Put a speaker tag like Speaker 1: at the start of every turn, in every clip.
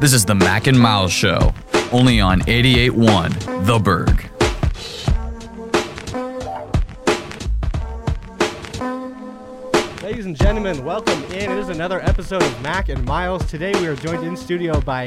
Speaker 1: This is the Mac and Miles Show, only on 88.1 The Berg.
Speaker 2: Ladies and gentlemen, welcome in. It is another episode of Mac and Miles. Today we are joined in studio by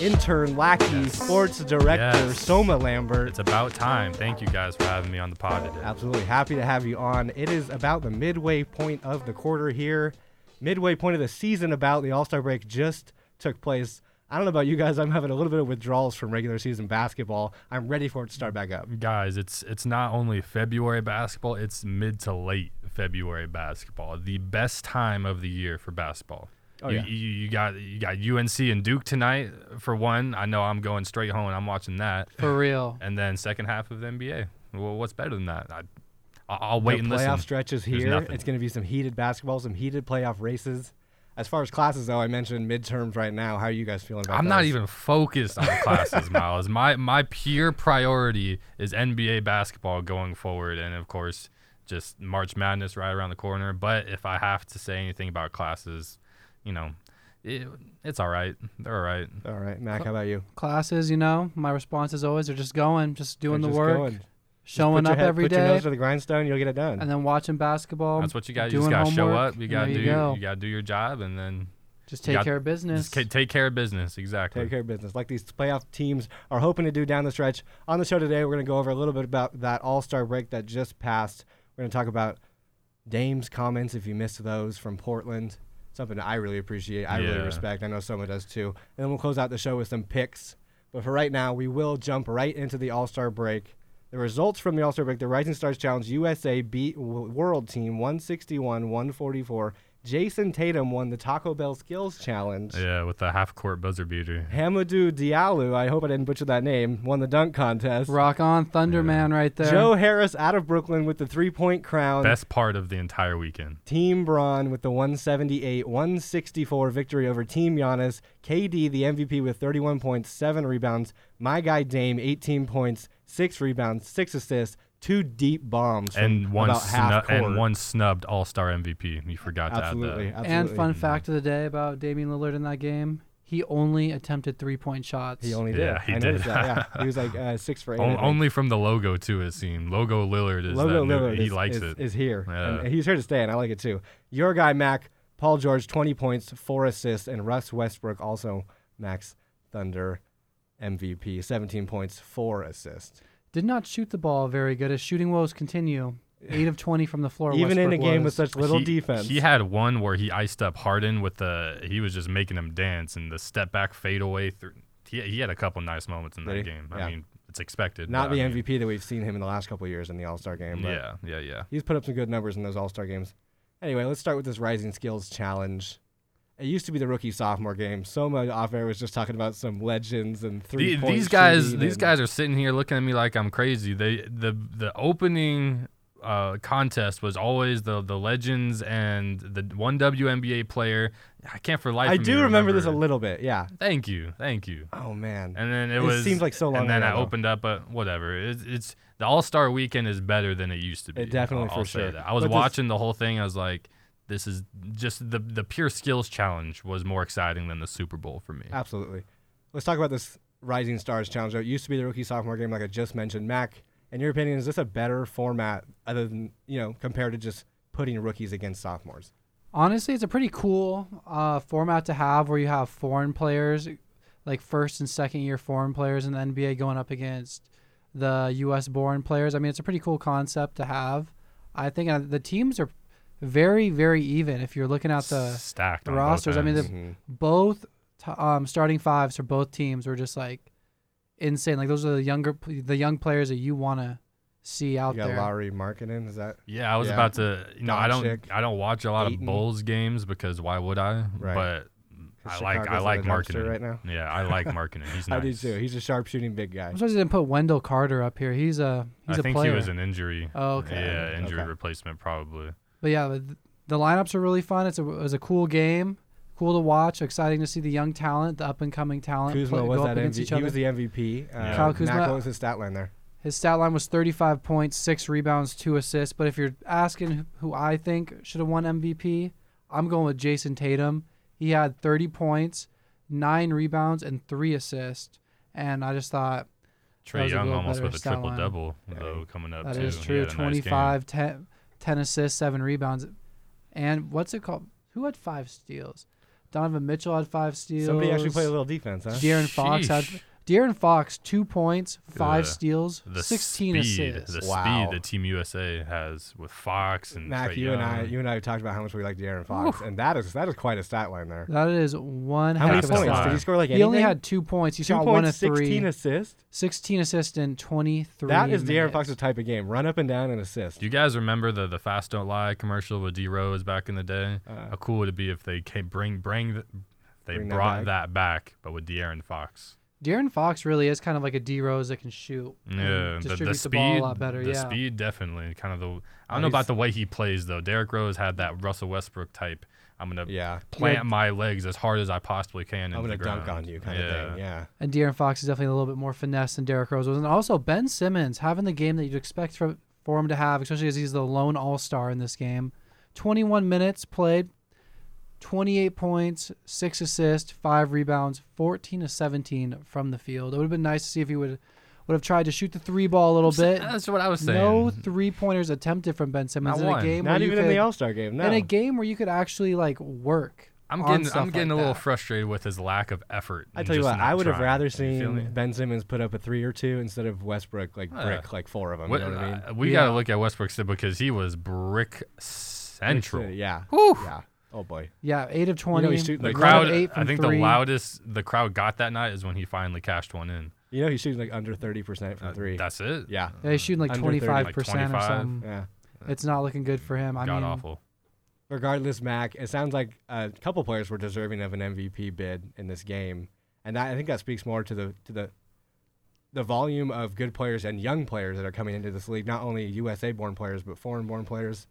Speaker 2: intern lackey
Speaker 3: Yes.
Speaker 2: sports director
Speaker 3: Yes.
Speaker 2: Soma Lambert.
Speaker 3: It's about time. Thank you guys for having me on the pod today.
Speaker 2: Absolutely happy to have you on. It is about the midway point of the quarter here, midway point of the season. About the All Star break just took place. I don't know about you guys. I'm having a little bit of withdrawals from regular season basketball. I'm ready for it to start back up.
Speaker 3: Guys, it's it's not only February basketball, it's mid to late February basketball. The best time of the year for basketball.
Speaker 2: Oh,
Speaker 3: you,
Speaker 2: yeah.
Speaker 3: you, you got you got UNC and Duke tonight for one. I know I'm going straight home and I'm watching that.
Speaker 4: For real.
Speaker 3: And then second half of the NBA. Well, what's better than that? I, I- I'll wait
Speaker 2: the
Speaker 3: and
Speaker 2: playoff
Speaker 3: listen.
Speaker 2: stretches
Speaker 3: There's
Speaker 2: here.
Speaker 3: nothing.
Speaker 2: It's going to be some heated basketball, some heated playoff races. As far as classes, though, I mentioned midterms right now. How are you guys feeling about
Speaker 3: I'm not
Speaker 2: those?
Speaker 3: even focused on classes, Miles. My my pure priority is NBA basketball going forward, and of course, just March Madness right around the corner. But if I have to say anything about classes, you know, it, it's all right. They're all right.
Speaker 2: All right, Mac, how about you?
Speaker 4: Classes, you know, my response is always they're just going, just doing
Speaker 2: They're
Speaker 4: the
Speaker 2: just
Speaker 4: work,
Speaker 2: going. Just
Speaker 4: showing
Speaker 2: put your
Speaker 4: up
Speaker 2: head-
Speaker 4: every
Speaker 2: Put your
Speaker 4: day,
Speaker 2: nose to the grindstone, you'll get it done.
Speaker 4: and then watching basketball.
Speaker 3: That's what you got. You
Speaker 4: doing
Speaker 3: just got to show
Speaker 4: homework,
Speaker 3: up. You
Speaker 4: and
Speaker 3: got to
Speaker 4: there
Speaker 3: do.
Speaker 4: you go.
Speaker 3: You got to do your job, and then
Speaker 4: Just
Speaker 3: you
Speaker 4: take
Speaker 3: got-
Speaker 4: care of business.
Speaker 3: just ca- take care of business. Exactly.
Speaker 2: Take care of business, like these playoff teams are hoping to do down the stretch. On the show today, we're going to go over a little bit about that All Star break that just passed. We're going to talk about Dame's comments if you missed those from Portland. Something that I really appreciate, I really
Speaker 3: Yeah.
Speaker 2: respect. I know Soma does too. And then we'll close out the show with some picks. But for right now, we will jump right into the All Star break. The results from the All Star break: the Rising Stars Challenge USA beat W- World Team 161-144. Jason Tatum won the Taco Bell Skills Challenge.
Speaker 3: Yeah, with the half court buzzer beater.
Speaker 2: Hamadou Diallo, I hope I didn't butcher that name, won the dunk contest.
Speaker 4: Rock on, Thunder Man, right there.
Speaker 2: Joe Harris out of Brooklyn with the three point crown.
Speaker 3: Best part of the entire weekend.
Speaker 2: Team Braun with the 178 164 victory over Team Giannis. KD, the MVP, with 31 points, 7 rebounds. My guy Dame, 18 points, 6 rebounds, 6 assists, 2 deep bombs. From
Speaker 3: And one,
Speaker 2: about half
Speaker 3: snu- and
Speaker 2: court.
Speaker 3: one uh, snubbed All Star MVP. You forgot
Speaker 2: Absolutely.
Speaker 3: to add that.
Speaker 2: absolutely.
Speaker 4: and fun fact of the day about Damian Lillard in that game, he only attempted three point shots.
Speaker 2: He only did.
Speaker 3: Yeah, he
Speaker 2: I
Speaker 3: did.
Speaker 2: noticed that. Yeah, he was like uh, 6 for 8. I
Speaker 3: On-
Speaker 2: think.
Speaker 3: only from the logo too. It seemed logo Lillard is
Speaker 2: Logo
Speaker 3: that new-
Speaker 2: Lillard
Speaker 3: he
Speaker 2: is,
Speaker 3: likes
Speaker 2: is,
Speaker 3: it.
Speaker 2: is here. And
Speaker 3: Yeah.
Speaker 2: he's here to stay, and I like it too. Your guy, Mac, Paul George, 20 points, four assists, and Russ Westbrook, also Max Thunder MVP, 17 points, four assists.
Speaker 4: Did not shoot the ball very good. His shooting woes continue. Eight of twenty from the floor.
Speaker 2: Even in a
Speaker 4: Westbrook
Speaker 2: game with
Speaker 4: was.
Speaker 2: such little
Speaker 3: He-
Speaker 2: defense.
Speaker 3: He had one where he iced up Harden with the. He was just making him dance and the step back fadeaway. Through, he he had a couple nice moments in that
Speaker 2: Did he?
Speaker 3: game.
Speaker 2: Yeah.
Speaker 3: I mean, it's expected.
Speaker 2: Not
Speaker 3: but
Speaker 2: the
Speaker 3: I mean,
Speaker 2: MVP that we've seen him in the last couple of years in the All Star game, but
Speaker 3: Yeah, yeah, yeah.
Speaker 2: he's put up some good numbers in those All Star games. Anyway, let's start with this Rising Skills Challenge. It used to be the rookie sophomore game. Soma off air was just talking about some legends and three.
Speaker 3: The-
Speaker 2: point
Speaker 3: these guys,
Speaker 2: shooting
Speaker 3: these
Speaker 2: and-
Speaker 3: guys are sitting here looking at me like I'm crazy. They the the opening uh, contest was always the the legends and the one WNBA player. I can't for life.
Speaker 2: I
Speaker 3: of me
Speaker 2: do remember this a
Speaker 3: remember.
Speaker 2: little bit. Yeah.
Speaker 3: Thank you, thank you.
Speaker 2: Oh man.
Speaker 3: And then it,
Speaker 2: It
Speaker 3: was
Speaker 2: seems like so long
Speaker 3: And then
Speaker 2: ago,
Speaker 3: I
Speaker 2: though.
Speaker 3: opened up, but whatever. It's, it's the All Star Weekend is better than it used to be.
Speaker 2: It definitely,
Speaker 3: I'll,
Speaker 2: for
Speaker 3: I'll say
Speaker 2: sure.
Speaker 3: that. I was
Speaker 2: But this-
Speaker 3: watching the whole thing. I was like, this is just the the pure skills challenge was more exciting than the Super Bowl for me.
Speaker 2: Absolutely. Let's talk about this Rising Stars Challenge. It used to be the rookie sophomore game, like I just mentioned. Mac, in your opinion, is this a better format other than you know compared to just putting rookies against sophomores?
Speaker 4: Honestly, it's a pretty cool uh, format to have where you have foreign players, like first and second year foreign players in the NBA going up against the U.S. born players. I mean, it's a pretty cool concept to have. I think uh, the teams are very, very even if you're looking at the
Speaker 3: Stacked
Speaker 4: the
Speaker 3: on both
Speaker 4: rosters. I mean, the
Speaker 3: ends.
Speaker 2: Mm-hmm.
Speaker 4: both t- um, starting fives for both teams were just like insane. Like those are the younger p- the young players that you want to see out
Speaker 2: You got
Speaker 4: there.
Speaker 2: Lowry Markkinen. Is that
Speaker 3: Yeah, I was
Speaker 2: Yeah.
Speaker 3: about to. You know, I don't.
Speaker 2: Doncic,
Speaker 3: I don't watch a lot
Speaker 2: Ayton.
Speaker 3: of Bulls games because why would I?
Speaker 2: Right.
Speaker 3: But I like. I
Speaker 2: Chicago's
Speaker 3: like
Speaker 2: in the dumpster
Speaker 3: marketing
Speaker 2: right now?
Speaker 3: Yeah, I like marketing. He's
Speaker 2: I
Speaker 3: nice.
Speaker 2: do too. He's a sharp shooting big guy.
Speaker 4: I'm surprised they didn't put Wendell Carter up here. He's a he's
Speaker 3: I
Speaker 4: a
Speaker 3: think
Speaker 4: player.
Speaker 3: he was an injury.
Speaker 4: Oh, okay.
Speaker 3: Yeah, injury
Speaker 2: Okay.
Speaker 3: replacement probably.
Speaker 4: But yeah, the, the lineups are really fun. It's a, it was a cool game, cool to watch, exciting to see the young talent, the up and coming talent
Speaker 2: Kuzma
Speaker 4: play-
Speaker 2: was
Speaker 4: go
Speaker 2: that
Speaker 4: up against each
Speaker 2: MVP.
Speaker 4: other.
Speaker 2: He was the MVP. Uh,
Speaker 4: Kyle
Speaker 2: Mac,
Speaker 4: Kuzma-
Speaker 2: what was his stat line there?
Speaker 4: His stat line was 35 points, six rebounds, two assists. But if you're asking who I think should have won MVP, I'm going with Jason Tatum. He had 30 points, nine rebounds and three assists. And I just thought
Speaker 3: Trey
Speaker 4: was a
Speaker 3: Young
Speaker 4: little
Speaker 3: almost
Speaker 4: better
Speaker 3: with a
Speaker 4: stat line.
Speaker 3: triple double though coming up
Speaker 4: that
Speaker 3: too.
Speaker 4: is
Speaker 3: He
Speaker 4: true.
Speaker 3: had a nice game.
Speaker 4: 25, 10, 10 assists, seven rebounds. And what's it called? Who had five steals? Donovan Mitchell had five steals.
Speaker 2: Somebody actually played a little defense, huh?
Speaker 4: De'Aaron Fox had
Speaker 3: Sheesh.
Speaker 4: De'Aaron Fox two points, five
Speaker 3: The-
Speaker 4: steals,
Speaker 3: the
Speaker 4: sixteen
Speaker 3: speed,
Speaker 4: assists.
Speaker 3: The
Speaker 5: Wow.
Speaker 3: speed that Team USA has with Fox and
Speaker 2: Mac,
Speaker 3: Trae
Speaker 2: you and I,
Speaker 3: Young.
Speaker 2: you and I have talked about how much we like De'Aaron Fox, and that is that is quite a stat line there.
Speaker 4: that is one
Speaker 2: How many
Speaker 4: heck of a
Speaker 3: That's
Speaker 2: points
Speaker 4: stat.
Speaker 3: fine.
Speaker 2: did he score? Like
Speaker 4: He only
Speaker 2: anything?
Speaker 4: had two points. He
Speaker 2: two
Speaker 4: shot
Speaker 2: points,
Speaker 4: one of
Speaker 2: 16
Speaker 4: three,
Speaker 2: assists.
Speaker 4: 16 assists in 23.
Speaker 2: That is De'Aaron
Speaker 4: minutes.
Speaker 2: Fox's type of game: run up and down and assist.
Speaker 3: Do you guys remember the the Fast Don't Lie commercial with D Rose back in the day?
Speaker 4: Uh,
Speaker 3: How cool would it be if they came bring bring th- they
Speaker 2: Bring that
Speaker 3: brought
Speaker 2: back.
Speaker 3: that back, but with De'Aaron Fox.
Speaker 4: De'Aaron Fox really is kind of like a D Rose that can shoot. and
Speaker 3: Yeah, the,
Speaker 4: distribute
Speaker 3: the speed,
Speaker 4: ball a lot better.
Speaker 3: the
Speaker 4: yeah,
Speaker 3: speed definitely. Kind of the I
Speaker 2: Oh,
Speaker 3: don't know
Speaker 2: he's-
Speaker 3: about the way he plays though. Derrick Rose had that Russell Westbrook type. I'm gonna
Speaker 2: Yeah,
Speaker 3: plant
Speaker 4: Yeah.
Speaker 3: my legs as hard as I possibly can.
Speaker 2: I'm
Speaker 3: into
Speaker 2: gonna
Speaker 3: the
Speaker 2: dunk
Speaker 3: ground.
Speaker 2: on you, kind
Speaker 3: yeah.
Speaker 2: of thing. Yeah,
Speaker 4: and De'Aaron Fox is definitely a little bit more finesse than Derrick Rose was, and also Ben Simmons having the game that you'd expect from for him to have, especially as he's the lone All Star in this game. 21 minutes played, 28 points, six assists, five rebounds, 14 to 17 from the field. It would have been nice to see if he would would have tried to shoot the three ball a little bit.
Speaker 3: That's what I was saying.
Speaker 4: No three pointers attempted from Ben Simmons
Speaker 3: Not
Speaker 4: in a
Speaker 3: one.
Speaker 4: game.
Speaker 2: not
Speaker 4: where you
Speaker 2: even in the
Speaker 4: could-
Speaker 2: All Star game. No,
Speaker 4: in a game where you could actually like work.
Speaker 3: I'm
Speaker 4: on
Speaker 3: getting
Speaker 4: stuff
Speaker 3: I'm getting
Speaker 4: like
Speaker 3: a little
Speaker 4: that.
Speaker 3: frustrated with his lack of effort.
Speaker 2: I
Speaker 3: and
Speaker 2: tell you
Speaker 3: just
Speaker 2: what,
Speaker 3: not
Speaker 2: I would have
Speaker 3: trying.
Speaker 2: rather
Speaker 3: You feel me?
Speaker 2: seen Ben Simmons put up a three or two instead of Westbrook like
Speaker 3: Yeah.
Speaker 2: brick like four of them.
Speaker 3: What-
Speaker 2: you know what I mean?
Speaker 3: uh, we
Speaker 4: Yeah.
Speaker 3: got to look at Westbrook still because he was brick central.
Speaker 2: It's, uh, yeah.
Speaker 3: Whew.
Speaker 2: Yeah. Oh boy.
Speaker 4: yeah, eight of
Speaker 2: You
Speaker 4: twenty.
Speaker 2: know he's shooting
Speaker 3: The
Speaker 2: like
Speaker 3: crowd,
Speaker 4: eight from
Speaker 3: I think
Speaker 4: three.
Speaker 3: the loudest the crowd got that night is when he finally cashed one in.
Speaker 2: You know he's shooting like under thirty percent from
Speaker 3: Uh,
Speaker 2: three.
Speaker 3: That's it.
Speaker 2: yeah.
Speaker 4: yeah, he's shooting like
Speaker 2: Under
Speaker 4: twenty
Speaker 2: 30,
Speaker 4: five
Speaker 2: like
Speaker 4: percent or
Speaker 3: 25.
Speaker 4: something.
Speaker 2: Yeah.
Speaker 4: It's not looking good for him. I
Speaker 3: God
Speaker 4: mean,
Speaker 3: awful.
Speaker 2: Regardless, Mac, it sounds like a couple players were deserving of an MVP bid in this game, and that, I think that speaks more to the to the the volume of good players and young players that are coming into this league. Not only USA born players, but foreign born players.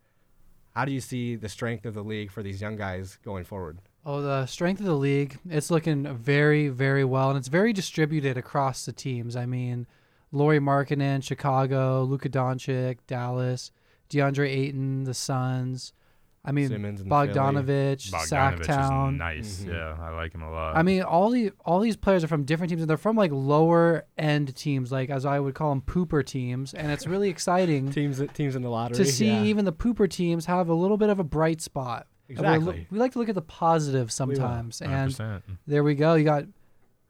Speaker 2: How do you see the strength of the league for these young guys going forward?
Speaker 4: Oh, the strength of the league, it's looking very, very well, and it's very distributed across the teams. I mean, Laurie Markkinen, Chicago, Luka Doncic, Dallas, DeAndre Ayton, the Suns. I mean,
Speaker 2: Simmons and
Speaker 4: Bogdanovich,
Speaker 3: Bogdanovich
Speaker 4: Sacktown.
Speaker 3: is nice.
Speaker 2: Mm-hmm.
Speaker 3: Yeah, I like him a lot.
Speaker 4: I mean, all the all these players are from different teams, and they're from like lower end teams, like as I would call them, pooper teams. And it's really exciting
Speaker 2: Teams teams in the lottery
Speaker 4: to see
Speaker 2: yeah.
Speaker 4: even the pooper teams have a little bit of a bright spot. And we're
Speaker 2: Exactly.
Speaker 4: we like to look at the positive sometimes, and
Speaker 3: 100%.
Speaker 4: there we go. You got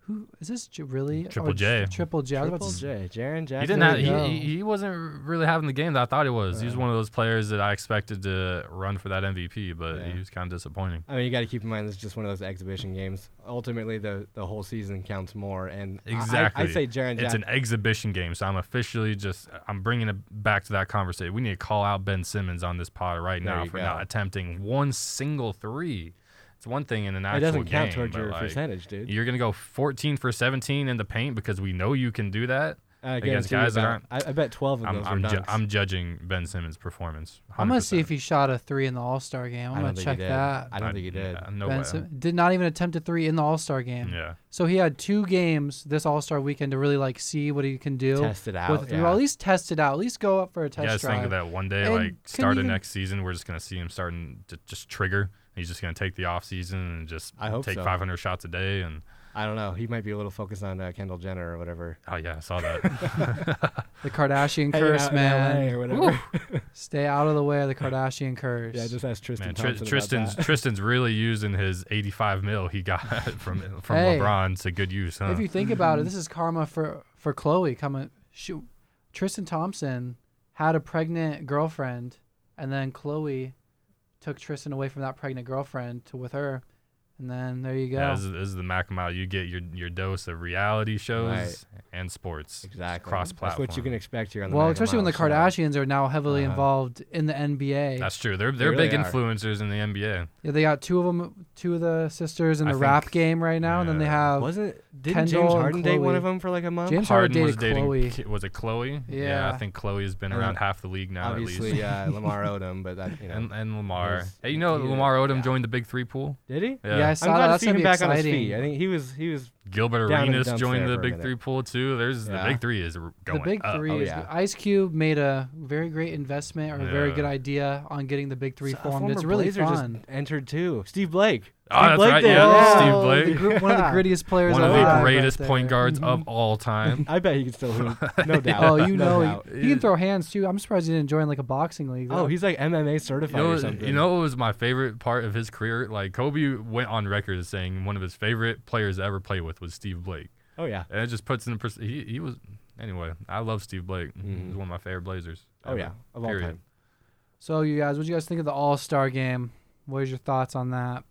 Speaker 4: who is this? J- Really?
Speaker 3: Triple
Speaker 4: Or
Speaker 3: J.
Speaker 4: Triple J. I was about to
Speaker 2: Triple
Speaker 4: s-
Speaker 2: J, Jaren Jackson.
Speaker 3: He didn't
Speaker 4: there
Speaker 3: have,
Speaker 4: you go.
Speaker 3: he, he, he wasn't really having the game that I thought he was. He was one of those players that I expected to run for that MVP, but
Speaker 2: Yeah.
Speaker 3: he was kind of disappointing.
Speaker 2: I mean, you got to keep in mind this is just one of those exhibition games. Ultimately, the the whole season counts more, and I-
Speaker 3: Exactly.
Speaker 2: I, I say Jaren
Speaker 3: It's
Speaker 2: Jackson.
Speaker 3: an exhibition game, so I'm officially just I'm bringing it back to that conversation. We need to call out Ben Simmons on this pod right
Speaker 2: There
Speaker 3: now
Speaker 2: you
Speaker 3: for
Speaker 2: go.
Speaker 3: not attempting one single three. It's one thing in an actual
Speaker 2: It doesn't
Speaker 3: game,
Speaker 2: count towards
Speaker 3: but,
Speaker 2: your
Speaker 3: like,
Speaker 2: percentage, dude.
Speaker 3: You're gonna go 14 for 17 in the paint because we know you can do that.
Speaker 2: I
Speaker 3: against
Speaker 2: guarantee you
Speaker 3: guys that
Speaker 2: about- I, I bet twelve of
Speaker 3: I'm
Speaker 2: those
Speaker 3: I'm,
Speaker 2: are
Speaker 3: ju-
Speaker 2: dunks.
Speaker 3: I'm judging Ben Simmons' performance.
Speaker 4: I'm gonna see if he shot a three in the All Star game.
Speaker 2: I
Speaker 4: I'm
Speaker 2: do not
Speaker 4: gonna
Speaker 2: think
Speaker 4: check
Speaker 2: he did.
Speaker 4: that.
Speaker 2: I don't think he did.
Speaker 3: Yeah, no
Speaker 4: ben
Speaker 3: way.
Speaker 4: Sim- did not even attempt a three in the All Star game.
Speaker 3: Yeah.
Speaker 4: So he had two games this All Star weekend to really like see what he can do.
Speaker 2: Test it out,
Speaker 4: With a three
Speaker 2: yeah.
Speaker 4: ball. At least test it out. At least go up for a
Speaker 3: You
Speaker 4: test
Speaker 3: guys
Speaker 4: drive.
Speaker 3: think of that one day,
Speaker 4: And
Speaker 3: like
Speaker 4: couldn't
Speaker 3: start of
Speaker 4: even-
Speaker 3: next season, we're just gonna see him starting to just trigger. He's just gonna take the off season and just
Speaker 2: I hope
Speaker 3: take
Speaker 2: so.
Speaker 3: 500 shots a day. And
Speaker 2: I don't know. He might be a little focused on uh, Kendall Jenner or whatever.
Speaker 3: oh yeah, I saw that.
Speaker 4: The Kardashian
Speaker 2: Hanging
Speaker 4: curse,
Speaker 2: out in
Speaker 4: man.
Speaker 2: LA or whatever.
Speaker 4: Stay out of the way of the Kardashian curse.
Speaker 2: yeah, just ask Tristan
Speaker 3: Man, Tri-
Speaker 2: Thompson
Speaker 3: Tristan's
Speaker 2: about that.
Speaker 3: Tristan's really using his 85 mil he got from from
Speaker 4: Hey.
Speaker 3: LeBron to good use, huh?
Speaker 4: if you think about it,
Speaker 3: Mm-hmm.
Speaker 4: this is karma for for Chloe coming. Shoot, Tristan Thompson had a pregnant girlfriend, and then Chloe took Tristan away from that pregnant girlfriend to with her, and then there you go.
Speaker 3: Yeah, this, is, this is the Mac mile. You get your your dose of reality shows
Speaker 2: Right.
Speaker 3: and sports.
Speaker 2: Exactly.
Speaker 3: Cross
Speaker 2: That's
Speaker 3: platform.
Speaker 2: what you can expect here on the.
Speaker 4: well,
Speaker 2: Mac and
Speaker 4: especially when the
Speaker 2: Miles show.
Speaker 4: Kardashians are now heavily
Speaker 2: Uh-huh.
Speaker 4: involved in the NBA.
Speaker 3: That's true. They're they're
Speaker 2: really
Speaker 3: big
Speaker 2: are.
Speaker 3: influencers in the NBA.
Speaker 4: yeah, they got two of them, two of the sisters in
Speaker 3: I
Speaker 4: the
Speaker 3: think-
Speaker 4: rap game right now, and then they
Speaker 3: yeah.
Speaker 4: have
Speaker 2: Wasn't did
Speaker 4: Kendall
Speaker 2: James
Speaker 4: and
Speaker 2: Harden date one
Speaker 4: Khloe.
Speaker 2: of them for like a month?
Speaker 4: James Harden,
Speaker 3: Harden was
Speaker 4: dated
Speaker 3: dating.
Speaker 4: Chloe.
Speaker 3: Ki- Was it Chloe? I
Speaker 4: Yeah.
Speaker 3: think Chloe's been
Speaker 2: And
Speaker 3: around half the league now at
Speaker 2: Uh, Obviously,
Speaker 3: least.
Speaker 2: uh, Lamar Odom, but that you know.
Speaker 3: And, and Lamar.
Speaker 2: was-
Speaker 3: Hey, you know
Speaker 2: he-
Speaker 3: Lamar Odom
Speaker 2: yeah.
Speaker 3: joined the big three pool.
Speaker 2: did he?
Speaker 3: Yeah.
Speaker 4: Yeah, I
Speaker 2: I'm
Speaker 4: saw
Speaker 2: glad
Speaker 4: that.
Speaker 2: to
Speaker 4: That's
Speaker 2: see
Speaker 4: gonna
Speaker 2: him
Speaker 4: be
Speaker 2: back on his
Speaker 4: exciting.
Speaker 2: feet. I think he was he was
Speaker 3: Gilbert
Speaker 2: Down in the
Speaker 3: Arenas
Speaker 2: dumps
Speaker 3: joined
Speaker 2: there
Speaker 3: the
Speaker 2: for a
Speaker 3: big
Speaker 2: minute.
Speaker 3: three pool too. There's
Speaker 2: Yeah.
Speaker 3: the big three is r- going
Speaker 4: the big
Speaker 3: up.
Speaker 4: three
Speaker 2: Oh,
Speaker 4: is
Speaker 2: yeah.
Speaker 4: Ice Cube made a very great investment or a very
Speaker 3: Yeah.
Speaker 4: good idea on getting the big three
Speaker 2: So a
Speaker 4: formed. It's
Speaker 2: former
Speaker 4: really
Speaker 2: Blazer
Speaker 4: fun.
Speaker 2: Just entered too. Steve Blake.
Speaker 3: Oh, that's
Speaker 2: Blake
Speaker 3: right.
Speaker 2: did,
Speaker 3: Yeah,
Speaker 2: yeah.
Speaker 3: Steve
Speaker 4: Oh, the
Speaker 3: Blake.
Speaker 4: gr- one of the
Speaker 2: Yeah.
Speaker 4: grittiest players.
Speaker 3: One of
Speaker 4: I've
Speaker 3: the
Speaker 4: had
Speaker 3: greatest
Speaker 4: right
Speaker 3: point
Speaker 4: there.
Speaker 3: guards of
Speaker 2: Mm-hmm.
Speaker 3: all time.
Speaker 2: I bet he can still hoop. No doubt.
Speaker 4: Oh, you
Speaker 2: No
Speaker 4: know,
Speaker 2: doubt.
Speaker 4: he, he can throw hands too. I'm surprised he didn't join like a boxing league.
Speaker 2: Oh,
Speaker 4: though.
Speaker 2: he's like MMA
Speaker 3: You
Speaker 2: certified
Speaker 3: know,
Speaker 2: or
Speaker 3: what-
Speaker 2: something.
Speaker 3: you know what was my favorite part of his career? Like Kobe went on record as saying one of his favorite players to ever play with was Steve Blake,
Speaker 2: Oh yeah.
Speaker 3: and it just puts in pers- he he was anyway. I love Steve Blake. He's one of my favorite Blazers.
Speaker 2: Mm-hmm. Oh yeah. Of all
Speaker 3: Period.
Speaker 2: time.
Speaker 4: So you guys, what do you guys think of the All Star game? What is your thoughts on that?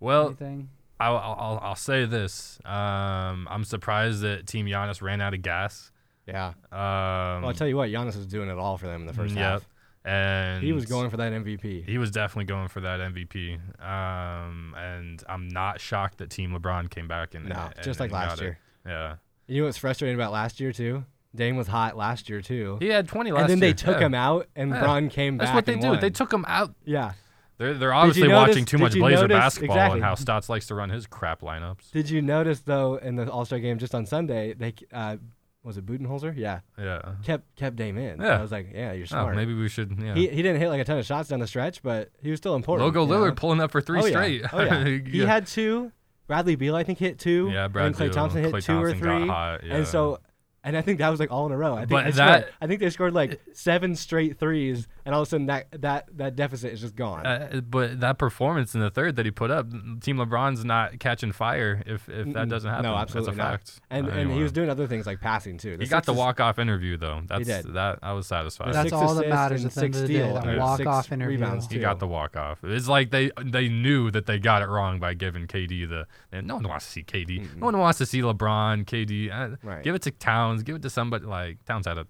Speaker 3: Well,
Speaker 4: Anything?
Speaker 3: I- I'll, I'll, I'll say this. Um, I'm surprised that Team Giannis ran out of gas.
Speaker 2: Yeah.
Speaker 3: Um,
Speaker 2: Well, I tell you what, Giannis was doing it all for them in the first
Speaker 3: yep.
Speaker 2: half.
Speaker 3: And
Speaker 2: He was going for that MVP.
Speaker 3: He was definitely going for that MVP. Um, and I'm not shocked that Team LeBron came back and
Speaker 2: No,
Speaker 3: and-
Speaker 2: just like
Speaker 3: and got
Speaker 2: last
Speaker 3: it.
Speaker 2: year.
Speaker 3: Yeah,
Speaker 2: You know what's frustrating about last year too? Dame was hot last year too.
Speaker 3: he had 20 last
Speaker 2: and then
Speaker 3: year.
Speaker 2: they took
Speaker 3: yeah.
Speaker 2: him out, and
Speaker 3: Yeah.
Speaker 2: Bron came
Speaker 3: That's
Speaker 2: back.
Speaker 3: what they
Speaker 2: and
Speaker 3: do.
Speaker 2: Won.
Speaker 3: They took him out.
Speaker 2: Yeah.
Speaker 3: They're they're obviously
Speaker 2: notice-
Speaker 3: watching too
Speaker 2: did
Speaker 3: much
Speaker 2: you
Speaker 3: Blazer
Speaker 2: notice-
Speaker 3: basketball
Speaker 2: exactly.
Speaker 3: and how Stotts likes to run his crap lineups.
Speaker 2: Did you notice though in the All Star game just on Sunday they uh, was it Budenholzer? Yeah,
Speaker 3: Yeah.
Speaker 2: kept kept Dame in.
Speaker 3: Yeah.
Speaker 2: I was like, yeah, you're
Speaker 3: Oh,
Speaker 2: smart.
Speaker 3: maybe we should. Yeah.
Speaker 2: He, he didn't hit like a ton of shots down the stretch, but he was still important.
Speaker 3: Logo
Speaker 2: you know?
Speaker 3: Lillard pulling up for three
Speaker 2: Oh, yeah.
Speaker 3: straight.
Speaker 2: Oh, yeah. He
Speaker 3: Yeah.
Speaker 2: had two. Bradley Beal, I think, hit two.
Speaker 3: Yeah,
Speaker 2: And
Speaker 3: Bradley
Speaker 2: Clay Thompson hit
Speaker 3: Clay
Speaker 2: two or
Speaker 3: Thompson got
Speaker 2: three.
Speaker 3: hot, yeah.
Speaker 2: And so, and I think that was like all in a row. I think,
Speaker 3: But
Speaker 2: they
Speaker 3: that-
Speaker 2: scored, I think they scored like seven straight threes, and all of a sudden that that that deficit is just gone.
Speaker 3: Uh, but that performance in the third that he put up, Team LeBron's not catching fire if, if that doesn't happen.
Speaker 2: Mm. no, absolutely
Speaker 3: That's a
Speaker 2: not.
Speaker 3: fact.
Speaker 2: And
Speaker 3: Uh,
Speaker 2: and he
Speaker 3: anyway.
Speaker 2: was doing other things like passing too. The
Speaker 3: He got the
Speaker 2: Sixers-
Speaker 3: walk off interview though. That's
Speaker 2: did.
Speaker 3: that I was satisfied.
Speaker 4: That's
Speaker 2: six
Speaker 4: all that
Speaker 2: assists
Speaker 4: matters
Speaker 2: and
Speaker 4: at the end
Speaker 2: six
Speaker 4: of the day,
Speaker 2: steals
Speaker 4: that
Speaker 2: and
Speaker 4: walk-off
Speaker 2: six
Speaker 4: interview.
Speaker 2: Rebounds
Speaker 3: he
Speaker 2: too.
Speaker 3: got the walk off. It's like they they knew that they got it wrong by giving KD the. And no one wants to see KD. No one wants to see LeBron, KD. Uh,
Speaker 2: Right.
Speaker 3: Give it to Towns. Give it to somebody like Towns had a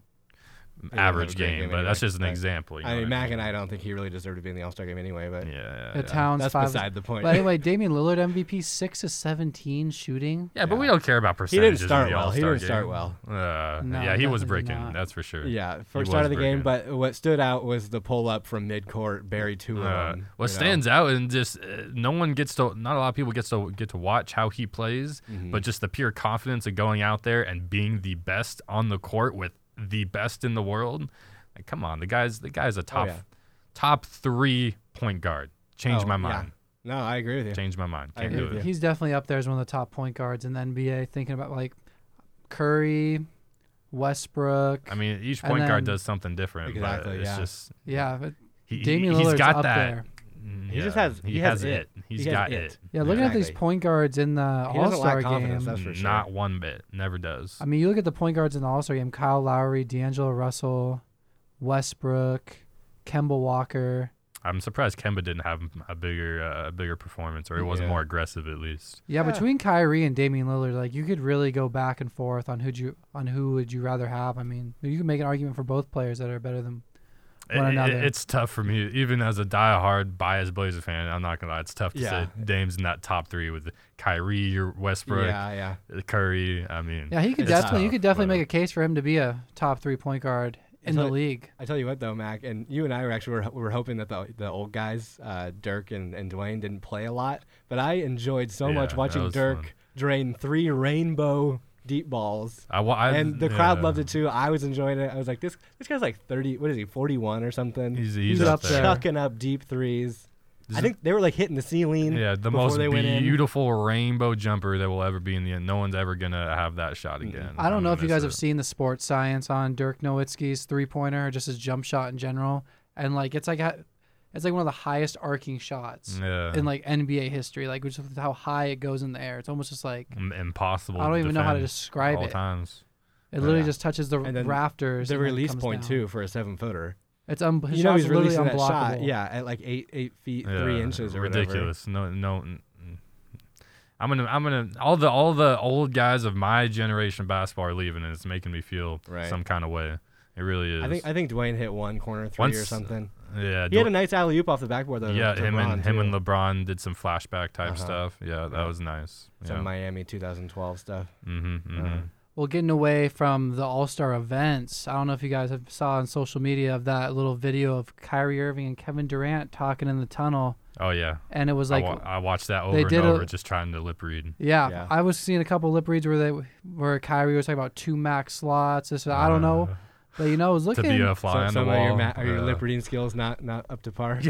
Speaker 2: had a
Speaker 3: average
Speaker 2: great
Speaker 3: game,
Speaker 2: game
Speaker 3: but that's
Speaker 2: anyway,
Speaker 3: just an
Speaker 2: but-
Speaker 3: example. You
Speaker 2: I
Speaker 3: know
Speaker 2: mean,
Speaker 3: what
Speaker 2: Mack and I don't think he really deserved to be in the All Star game anyway, but
Speaker 3: mean? Yeah.
Speaker 4: The
Speaker 3: yeah.
Speaker 4: Towns
Speaker 2: that's
Speaker 4: five.
Speaker 2: beside the point.
Speaker 4: But anyway, Damian Lillard MVP, six of seventeen shooting.
Speaker 3: Yeah, but we don't care about
Speaker 2: didn't
Speaker 3: percentages. in
Speaker 2: start
Speaker 3: the
Speaker 2: well. He
Speaker 3: All-Star
Speaker 2: didn't start
Speaker 3: game.
Speaker 2: well.
Speaker 3: Uh,
Speaker 4: No,
Speaker 3: yeah, he was
Speaker 4: definitely
Speaker 3: breaking.
Speaker 4: not.
Speaker 3: That's for sure.
Speaker 2: Yeah,
Speaker 3: was
Speaker 2: first start of the game,
Speaker 3: brilliant.
Speaker 2: but what stood out was the pull up from mid court, Barry two of
Speaker 3: Uh,
Speaker 2: them.
Speaker 3: what
Speaker 2: you know?
Speaker 3: stands out and just uh, no one gets to, not a lot of people gets to get to watch how he plays,
Speaker 2: Mm-hmm.
Speaker 3: but just the pure confidence of going out there and being the best on the court with the best in the world. Like, come on, the guy's the guy's a top
Speaker 2: Oh, yeah.
Speaker 3: top three point guard. Change
Speaker 2: Oh,
Speaker 3: my
Speaker 2: yeah.
Speaker 3: mind.
Speaker 2: No, I agree with you.
Speaker 3: Change my mind.
Speaker 2: I
Speaker 3: Can't
Speaker 2: agree
Speaker 3: do
Speaker 2: with
Speaker 3: it.
Speaker 2: you.
Speaker 4: He's definitely up there as one of the top point guards in the NBA. Thinking about like Curry, Westbrook.
Speaker 3: I mean, each
Speaker 4: And
Speaker 3: point guard
Speaker 4: then-
Speaker 3: does something different.
Speaker 2: Exactly,
Speaker 3: but it's
Speaker 2: yeah.
Speaker 3: just
Speaker 4: yeah, but
Speaker 3: he,
Speaker 4: Damian
Speaker 3: he, has
Speaker 4: Lillard's
Speaker 3: got
Speaker 4: up
Speaker 3: that.
Speaker 4: there.
Speaker 3: Mm,
Speaker 2: He just
Speaker 3: yeah.
Speaker 2: has-
Speaker 3: he,
Speaker 2: he
Speaker 3: has
Speaker 2: has
Speaker 3: it.
Speaker 2: it.
Speaker 3: He's
Speaker 2: He has
Speaker 3: got
Speaker 2: it.
Speaker 3: it.
Speaker 4: yeah. Looking at these
Speaker 2: Exactly.
Speaker 4: point guards in the
Speaker 2: He
Speaker 4: All
Speaker 2: doesn't
Speaker 4: Star
Speaker 2: lack confidence,
Speaker 4: game.
Speaker 2: that's for sure.
Speaker 3: Not one bit. Never does.
Speaker 4: I mean, you look at the point guards in the All Star game: Kyle Lowry, D'Angelo Russell, Westbrook, Kemba Walker.
Speaker 3: I'm surprised Kemba didn't have a bigger uh, a bigger performance, or he wasn't
Speaker 2: Yeah.
Speaker 3: more aggressive at least.
Speaker 4: Yeah, between Kyrie and Damian Lillard, like you could really go back and forth on who you on who would you rather have. I mean, you can make an argument for both players that are better than
Speaker 3: It-
Speaker 4: One
Speaker 3: it-
Speaker 4: another.
Speaker 3: it's tough for me, even as a diehard biased Blazer fan. I'm not gonna lie, it's tough to
Speaker 2: Yeah.
Speaker 3: say Dame's in that top three with Kyrie or Westbrook, uh,
Speaker 2: Yeah, yeah.
Speaker 3: Curry. I mean,
Speaker 4: Yeah, he could
Speaker 3: it's
Speaker 4: definitely you
Speaker 3: tough,
Speaker 4: could definitely
Speaker 3: but-
Speaker 4: make a case for him to be a top three point guard in
Speaker 2: It's
Speaker 4: the
Speaker 2: like-
Speaker 4: league.
Speaker 2: I tell you what though, Mac, and you and I were actually were, were hoping that the the old guys, uh, Dirk and, and Dwayne, didn't play a lot, but I enjoyed so
Speaker 3: Yeah,
Speaker 2: much
Speaker 3: that
Speaker 2: watching
Speaker 3: was
Speaker 2: Dirk
Speaker 3: fun.
Speaker 2: drain three rainbow deep balls.
Speaker 3: I, wa- I,
Speaker 2: and the crowd
Speaker 3: yeah.
Speaker 2: loved it too. I was enjoying it. I was like, this this guy's like thirty. What is he? Forty one or something.
Speaker 3: He's- he's
Speaker 2: he's,
Speaker 3: up
Speaker 4: there.
Speaker 2: chucking up deep threes. I think they were like hitting the ceiling.
Speaker 3: Yeah, the
Speaker 2: before
Speaker 3: most
Speaker 2: they went in.
Speaker 3: beautiful rainbow jumper that will ever be in the end. No one's ever gonna have that shot again.
Speaker 2: Mm,
Speaker 4: I don't know if you guys have
Speaker 3: seen.
Speaker 4: seen the sports science on Dirk Nowitzki's three pointer or just his jump shot in general, and like it's like a, it's like one of the highest arcing shots
Speaker 3: Yeah.
Speaker 4: in like NBA history, like which is how high it goes in the air. It's almost just like
Speaker 3: M- impossible.
Speaker 4: I don't
Speaker 3: to
Speaker 4: even know how to
Speaker 3: defend
Speaker 4: describe
Speaker 3: all
Speaker 4: it.
Speaker 3: times.
Speaker 4: It literally
Speaker 2: Yeah.
Speaker 4: just touches the
Speaker 2: And then
Speaker 4: rafters.
Speaker 2: the
Speaker 4: and then
Speaker 2: release
Speaker 4: comes
Speaker 2: point
Speaker 4: down.
Speaker 2: too for a seven footer.
Speaker 4: It's um, his
Speaker 2: you know
Speaker 4: shot's
Speaker 2: he's
Speaker 4: literally
Speaker 2: releasing that shot,
Speaker 4: unblockable.
Speaker 2: yeah, at like eight eight feet
Speaker 3: Yeah,
Speaker 2: three inches or whatever.
Speaker 3: ridiculous. No, no. n- n- I'm gonna, I'm gonna. All the, all the old guys of my generation of basketball are leaving, and it's making me feel
Speaker 2: Right.
Speaker 3: some kind of way. It really is.
Speaker 2: I think I think Dwayne hit one corner three or
Speaker 3: Once-
Speaker 2: something.
Speaker 3: yeah,
Speaker 2: He had a
Speaker 3: Dw-
Speaker 2: nice alley oop off the backboard though. to-
Speaker 3: yeah.
Speaker 2: to
Speaker 3: Him and
Speaker 2: LeBron,
Speaker 3: him
Speaker 2: too.
Speaker 3: and LeBron did some flashback type
Speaker 2: Uh-huh.
Speaker 3: stuff. Yeah, that was nice.
Speaker 2: some Uh-huh.
Speaker 3: Yeah.
Speaker 2: Miami 2012 stuff.
Speaker 3: hmm hmm
Speaker 4: Well, getting away from the All Star events, I don't know if you guys have saw on social media of that little video of Kyrie Irving and Kevin Durant talking in the tunnel,
Speaker 3: Oh yeah.
Speaker 4: and it was
Speaker 3: I
Speaker 4: like,
Speaker 3: wa- I watched that over
Speaker 4: they
Speaker 3: and
Speaker 4: did a-
Speaker 3: over, just trying to lip read.
Speaker 4: yeah,
Speaker 2: Yeah.
Speaker 4: I was seeing a couple lip reads where they where Kyrie was talking about two max slots. This I don't know,
Speaker 2: Uh,
Speaker 4: but you know, I was
Speaker 3: Uh, to
Speaker 4: looking.
Speaker 3: be a fly
Speaker 2: So,
Speaker 3: on
Speaker 2: some
Speaker 3: the
Speaker 2: of
Speaker 3: wall.
Speaker 2: your ma- are your
Speaker 3: Yeah.
Speaker 2: lip reading skills not not up to par.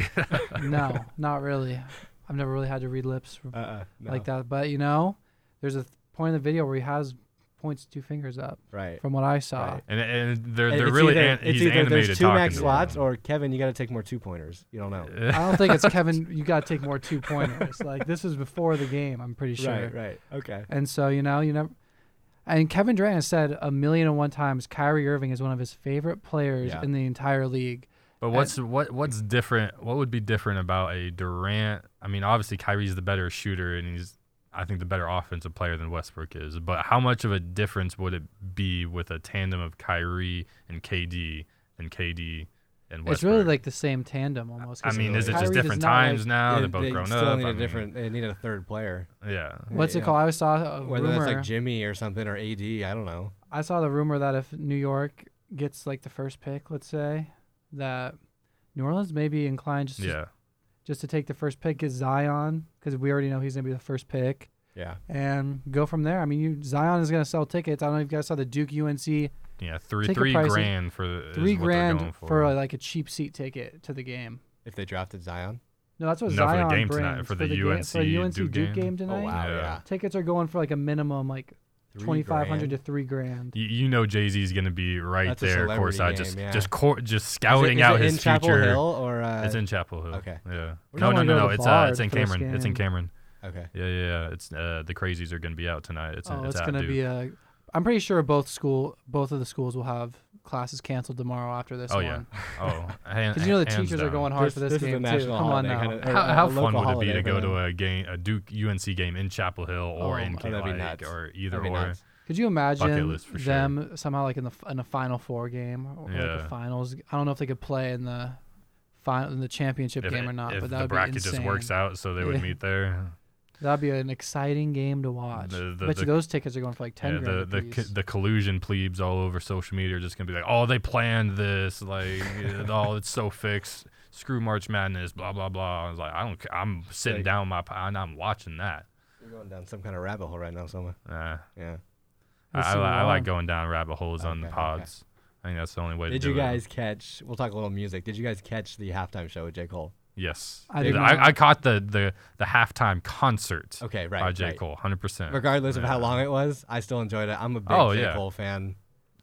Speaker 4: no, not really. I've never really had to read lips
Speaker 2: Uh, uh, no.
Speaker 4: like that. But you know, there's a th- point in the video where he has points two fingers up.
Speaker 2: Right.
Speaker 4: From what I saw,
Speaker 2: Right.
Speaker 3: And, and they're,
Speaker 2: And
Speaker 3: they're
Speaker 2: it's
Speaker 3: really
Speaker 2: either,
Speaker 3: an,
Speaker 2: it's
Speaker 3: he's
Speaker 2: either
Speaker 3: animated
Speaker 2: there's two
Speaker 3: talking
Speaker 2: max
Speaker 3: to
Speaker 2: slots
Speaker 3: them.
Speaker 2: or Kevin, you got to take more two pointers. You don't know.
Speaker 4: I don't think it's Kevin. You got to take more two pointers. like this is before the game. I'm pretty sure.
Speaker 2: Right. Right. Okay.
Speaker 4: And so you know, you never. And Kevin Durant has said a million and one times Kyrie Irving is one of his favorite players
Speaker 2: Yeah.
Speaker 4: in the entire league.
Speaker 3: But what's what what's different? What would be different about a Durant? I mean, obviously Kyrie's the better shooter, and he's I think the better offensive player than Westbrook is. But how much of a difference would it be with a tandem of Kyrie and KD and KD and Westbrook?
Speaker 4: It's really like the same tandem almost.
Speaker 3: I
Speaker 4: 'cause
Speaker 3: mean, is it
Speaker 4: Kyrie
Speaker 3: just
Speaker 4: does
Speaker 3: different
Speaker 4: not, like-
Speaker 3: times now?
Speaker 2: They-
Speaker 3: They're both
Speaker 2: they
Speaker 3: grown
Speaker 2: still
Speaker 3: up.
Speaker 2: Need
Speaker 3: I
Speaker 2: a
Speaker 3: mean,
Speaker 2: different. They need a third player.
Speaker 3: Yeah.
Speaker 4: What's
Speaker 2: Yeah.
Speaker 4: it called? I saw a
Speaker 2: Whether
Speaker 4: rumor.
Speaker 2: that's like Jimmy or something or AD, I don't know.
Speaker 4: I saw the rumor that if New York gets like the first pick, let's say, that New Orleans may be inclined just
Speaker 3: Yeah.
Speaker 4: just to take the first pick is Zion because we already know he's gonna be the first pick
Speaker 2: Yeah.
Speaker 4: and go from there. I mean, you Zion is gonna sell tickets. I don't know if you guys saw the Duke UNC
Speaker 3: Yeah. Three
Speaker 4: Ticket
Speaker 3: three
Speaker 4: prices-
Speaker 3: grand for the,
Speaker 4: three
Speaker 3: is what they're going
Speaker 4: grand
Speaker 3: for,
Speaker 4: for like a cheap seat ticket to the game.
Speaker 2: If they drafted Zion.
Speaker 4: No, that's what
Speaker 3: No, for the
Speaker 4: Zion
Speaker 3: game
Speaker 4: brings
Speaker 3: tonight, for the
Speaker 4: ga- for
Speaker 3: UNC
Speaker 4: the UNC Duke,
Speaker 3: Duke
Speaker 4: game,
Speaker 3: game.
Speaker 4: tonight.
Speaker 2: Oh wow.
Speaker 3: Yeah.
Speaker 2: Yeah.
Speaker 4: Tickets are going for like a minimum like
Speaker 2: Three
Speaker 4: twenty five hundred
Speaker 2: grand.
Speaker 4: to three grand.
Speaker 3: You, you know Jay Z's gonna be right
Speaker 2: That's a
Speaker 3: there,
Speaker 2: celebrity
Speaker 3: course. I
Speaker 2: game,
Speaker 3: just
Speaker 2: yeah.
Speaker 3: just cor- just
Speaker 2: Is it-
Speaker 3: scouting
Speaker 2: is
Speaker 3: out
Speaker 2: it
Speaker 3: his
Speaker 2: in
Speaker 3: future.
Speaker 2: Chapel Hill or uh,
Speaker 3: It's in Chapel Hill.
Speaker 2: okay.
Speaker 3: Yeah. No,
Speaker 4: We don't
Speaker 3: no, no,
Speaker 4: wanna go to
Speaker 3: no.
Speaker 4: the
Speaker 3: It's
Speaker 4: bar
Speaker 3: uh, it's in
Speaker 4: for this
Speaker 3: Cameron. It's in
Speaker 4: game.
Speaker 3: Cameron.
Speaker 2: okay.
Speaker 3: Yeah, yeah, yeah. It's uh, the crazies are gonna be out tonight. It's
Speaker 4: oh,
Speaker 3: it's,
Speaker 4: it's
Speaker 3: at
Speaker 4: gonna
Speaker 3: Duke.
Speaker 4: be a. I'm pretty sure both school, both of the schools will have classes canceled tomorrow after this
Speaker 3: Oh
Speaker 4: one.
Speaker 3: yeah. Oh, because
Speaker 4: Because you know the teachers are going hard
Speaker 2: This-
Speaker 4: for this,
Speaker 2: this is a
Speaker 4: game too.
Speaker 2: national
Speaker 4: Come on
Speaker 2: holiday,
Speaker 4: now.
Speaker 2: kinda- or
Speaker 3: How,
Speaker 2: a-
Speaker 3: how
Speaker 2: a local
Speaker 3: fun would it be to
Speaker 2: holiday
Speaker 3: go
Speaker 2: for them.
Speaker 3: to a game, a Duke UNC game in Chapel Hill or
Speaker 4: Oh
Speaker 3: in
Speaker 4: my-
Speaker 2: Oh, that'd be
Speaker 3: Lake
Speaker 2: nuts.
Speaker 3: or either
Speaker 2: That'd be
Speaker 3: or?
Speaker 2: nuts.
Speaker 4: Could you imagine
Speaker 3: list for sure.
Speaker 4: them somehow like in the f- in a Final Four game or like
Speaker 3: Yeah.
Speaker 4: a finals? I don't know if they could play in the final in the championship
Speaker 3: If,
Speaker 4: game or not,
Speaker 3: if
Speaker 4: but
Speaker 3: the
Speaker 4: that would
Speaker 3: bracket
Speaker 4: be insane.
Speaker 3: just works out, so they would
Speaker 4: Yeah.
Speaker 3: meet there.
Speaker 4: That'd be an exciting game to watch.
Speaker 3: The- the-
Speaker 4: I bet you
Speaker 3: the-
Speaker 4: those tickets are going for like ten
Speaker 3: Yeah, the
Speaker 4: grand.
Speaker 3: the
Speaker 4: apiece.
Speaker 3: co- the collusion plebes all over social media are just gonna be like, oh, they planned this, like, oh, it's so fixed. Screw March Madness, blah blah blah. I was like, I don't, ca- I'm sitting
Speaker 2: Like-
Speaker 3: down my, pi- and I'm watching that.
Speaker 2: You're going down some kind of rabbit hole right now somewhere.
Speaker 3: Uh,
Speaker 2: Yeah.
Speaker 3: I, I,
Speaker 4: We'll see
Speaker 3: li-
Speaker 4: what
Speaker 3: I
Speaker 4: we're
Speaker 3: like
Speaker 4: on.
Speaker 3: going down rabbit holes on the
Speaker 2: uh, Okay, okay.
Speaker 3: pods. I think that's the only way
Speaker 2: Did
Speaker 3: to do
Speaker 2: you
Speaker 3: it.
Speaker 2: guys catch? We'll talk a little music. Did you guys catch the halftime show with J Cole?
Speaker 3: Yes.
Speaker 4: I
Speaker 3: Did-
Speaker 4: did
Speaker 3: I,
Speaker 4: not.
Speaker 3: I caught the, the, the halftime concert
Speaker 2: Okay, right.
Speaker 3: by Oh, J.
Speaker 2: right.
Speaker 3: Cole, 100%.
Speaker 2: Regardless of how
Speaker 3: Yeah.
Speaker 2: long it was, I still enjoyed it. I'm a big
Speaker 3: Oh,
Speaker 2: J
Speaker 3: yeah.
Speaker 2: Cole fan.